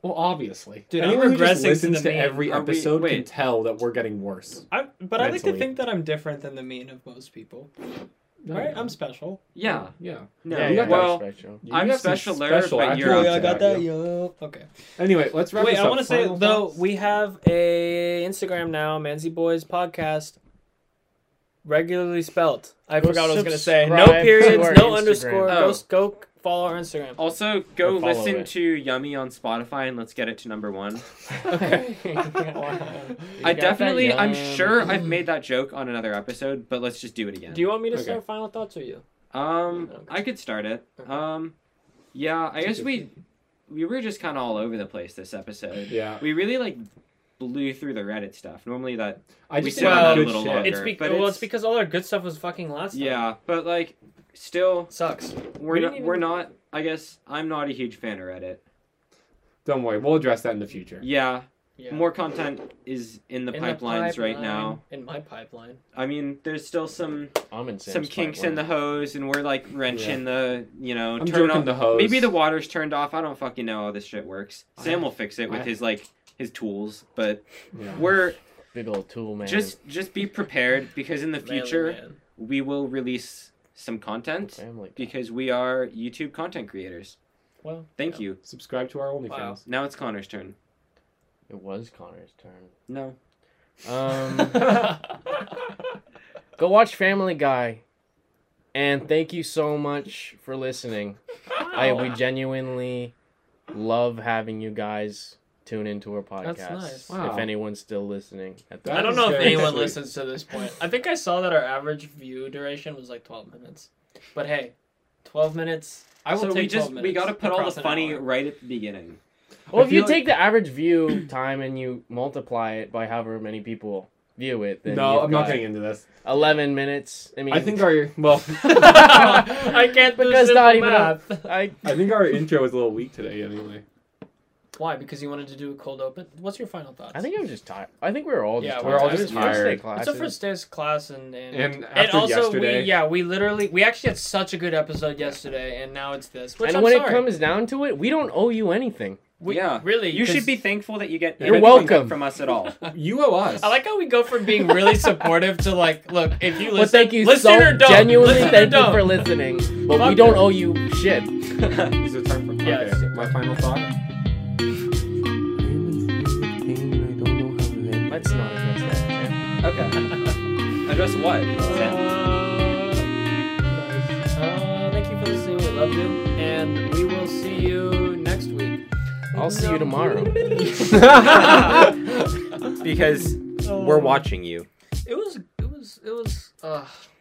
Well, obviously,
Dude, I'm
anyone who
regressing
just
to
listens to,
the mean.
every
Are we-
episode can
wait.
tell that we're getting worse.
I, but I like to
Mentally.
think that I'm different than the mean of most people. Right? I'm special.
Yeah.
Yeah.
No.
you got that
well,
You
I'm
got some
specialer,
special
but you're
attributes
Yeah,
I got
about
that,
you.
yo. Okay.
Anyway, let's wrap
Wait,
this
I
up.
want to say
Final
though
thoughts?
we have a Instagram now, Manzy Boys Podcast. Regularly spelt. I
Go
forgot what I was gonna say. No
subscribe to
periods,
our
no
Instagram.
underscore. Go
Oh.
s- Go, c- follow our Instagram.
Also, go
Or follow
listen
it.
to Yummy on Spotify and let's get it to number one.
Okay.
I definitely, I'm sure I've made that joke on another episode, but let's just do it again.
Do you want me to
Okay.
start final thoughts or you?
Um,
Okay.
I could start it.
Okay.
Um, yeah, I
Take
guess
your
we we were just kind of all over the place this episode.
Yeah,
We really like blew through the Reddit stuff. Normally that
I
We
just
sit on
have
that a
good
little
shit.
longer.
It's
Sure,
be-
but
well,
it's-
it's because all our good stuff was fucking last time.
yeah, but like still
Sucks.
we're
We
not,
didn't
we're
even-
not. I guess I'm not a huge fan of Reddit.
Don't worry, we'll address that in the future.
Yeah,
Yeah.
more content is in the
In
pipelines right now.
pipeline, In my pipeline.
I mean, there's still some
I'm in Sam's
some kinks in the
pipeline.
hose, and we're like wrenching the you know
I'm
turn
jerking
off.
the hose.
Maybe the water's turned off. I don't fucking know how this shit works. Sam will fix it with
I-
his like his tools, but
Yeah.
we're
big old tool man.
just just be prepared because in the
Manly
future
man.
we will release some content
family.
because we are YouTube content creators.
Well,
Thank
yeah.
you.
subscribe to our OnlyFans.
Wow.
Now it's Connor's turn.
It was Connor's turn.
No.
Um, go watch Family Guy, and thank you so much for listening. I
Oh.
we genuinely love having you guys tune into our podcast.
That's nice.
Wow.
If anyone's still listening, at the
That
I don't
is
know if
very
anyone
sweet.
listens to this point. I think I saw that our average view duration was like 12 minutes. But hey, 12 minutes. I will
so
take
we just
12 minutes.
we got to put all
across
the
an
funny
hour.
right at the beginning.
Well,
I
if you
feel like-
take the average view time and you multiply it by however many people view it, then
No,
you've
I'm not
got
getting into this.
Eleven minutes. I mean,
I think our well,
I can't do
Because
simple
not even a-
math.
I
I think our intro was a little weak today. Anyway,
Why? Because you wanted to do a cold open. What's your final thoughts?
I think I'm just tired. I think we were all just
Yeah,
tired.
we're all
It was
just
Thursday
tired.
classes.
it's the first day's class and and,
And after
also
yesterday-
we yeah we literally we actually had such a good episode yesterday and now it's this. Which
and
I'm
when
sorry.
it comes down to it, we don't owe you anything.
we,
yeah.
really
You should
'cause-
be thankful that you get
You're
anything
welcome.
from us at all.
you owe us.
I like how we go from being really supportive to like, look, if you listen,
but thank you
listen
so
or don't,
genuinely
listen or
thank you
don't.
for listening. But
Fuck
we don't owe you shit.
Is it time for
Yeah,
okay,
it's-
my final thought?
Let's not address that. man.
Okay. Address what? Sam?
Uh, uh, thank you for listening. We love you, and we will see you next week.
I'll see you tomorrow.
because we're watching you.
It was, it was, it was. Uh,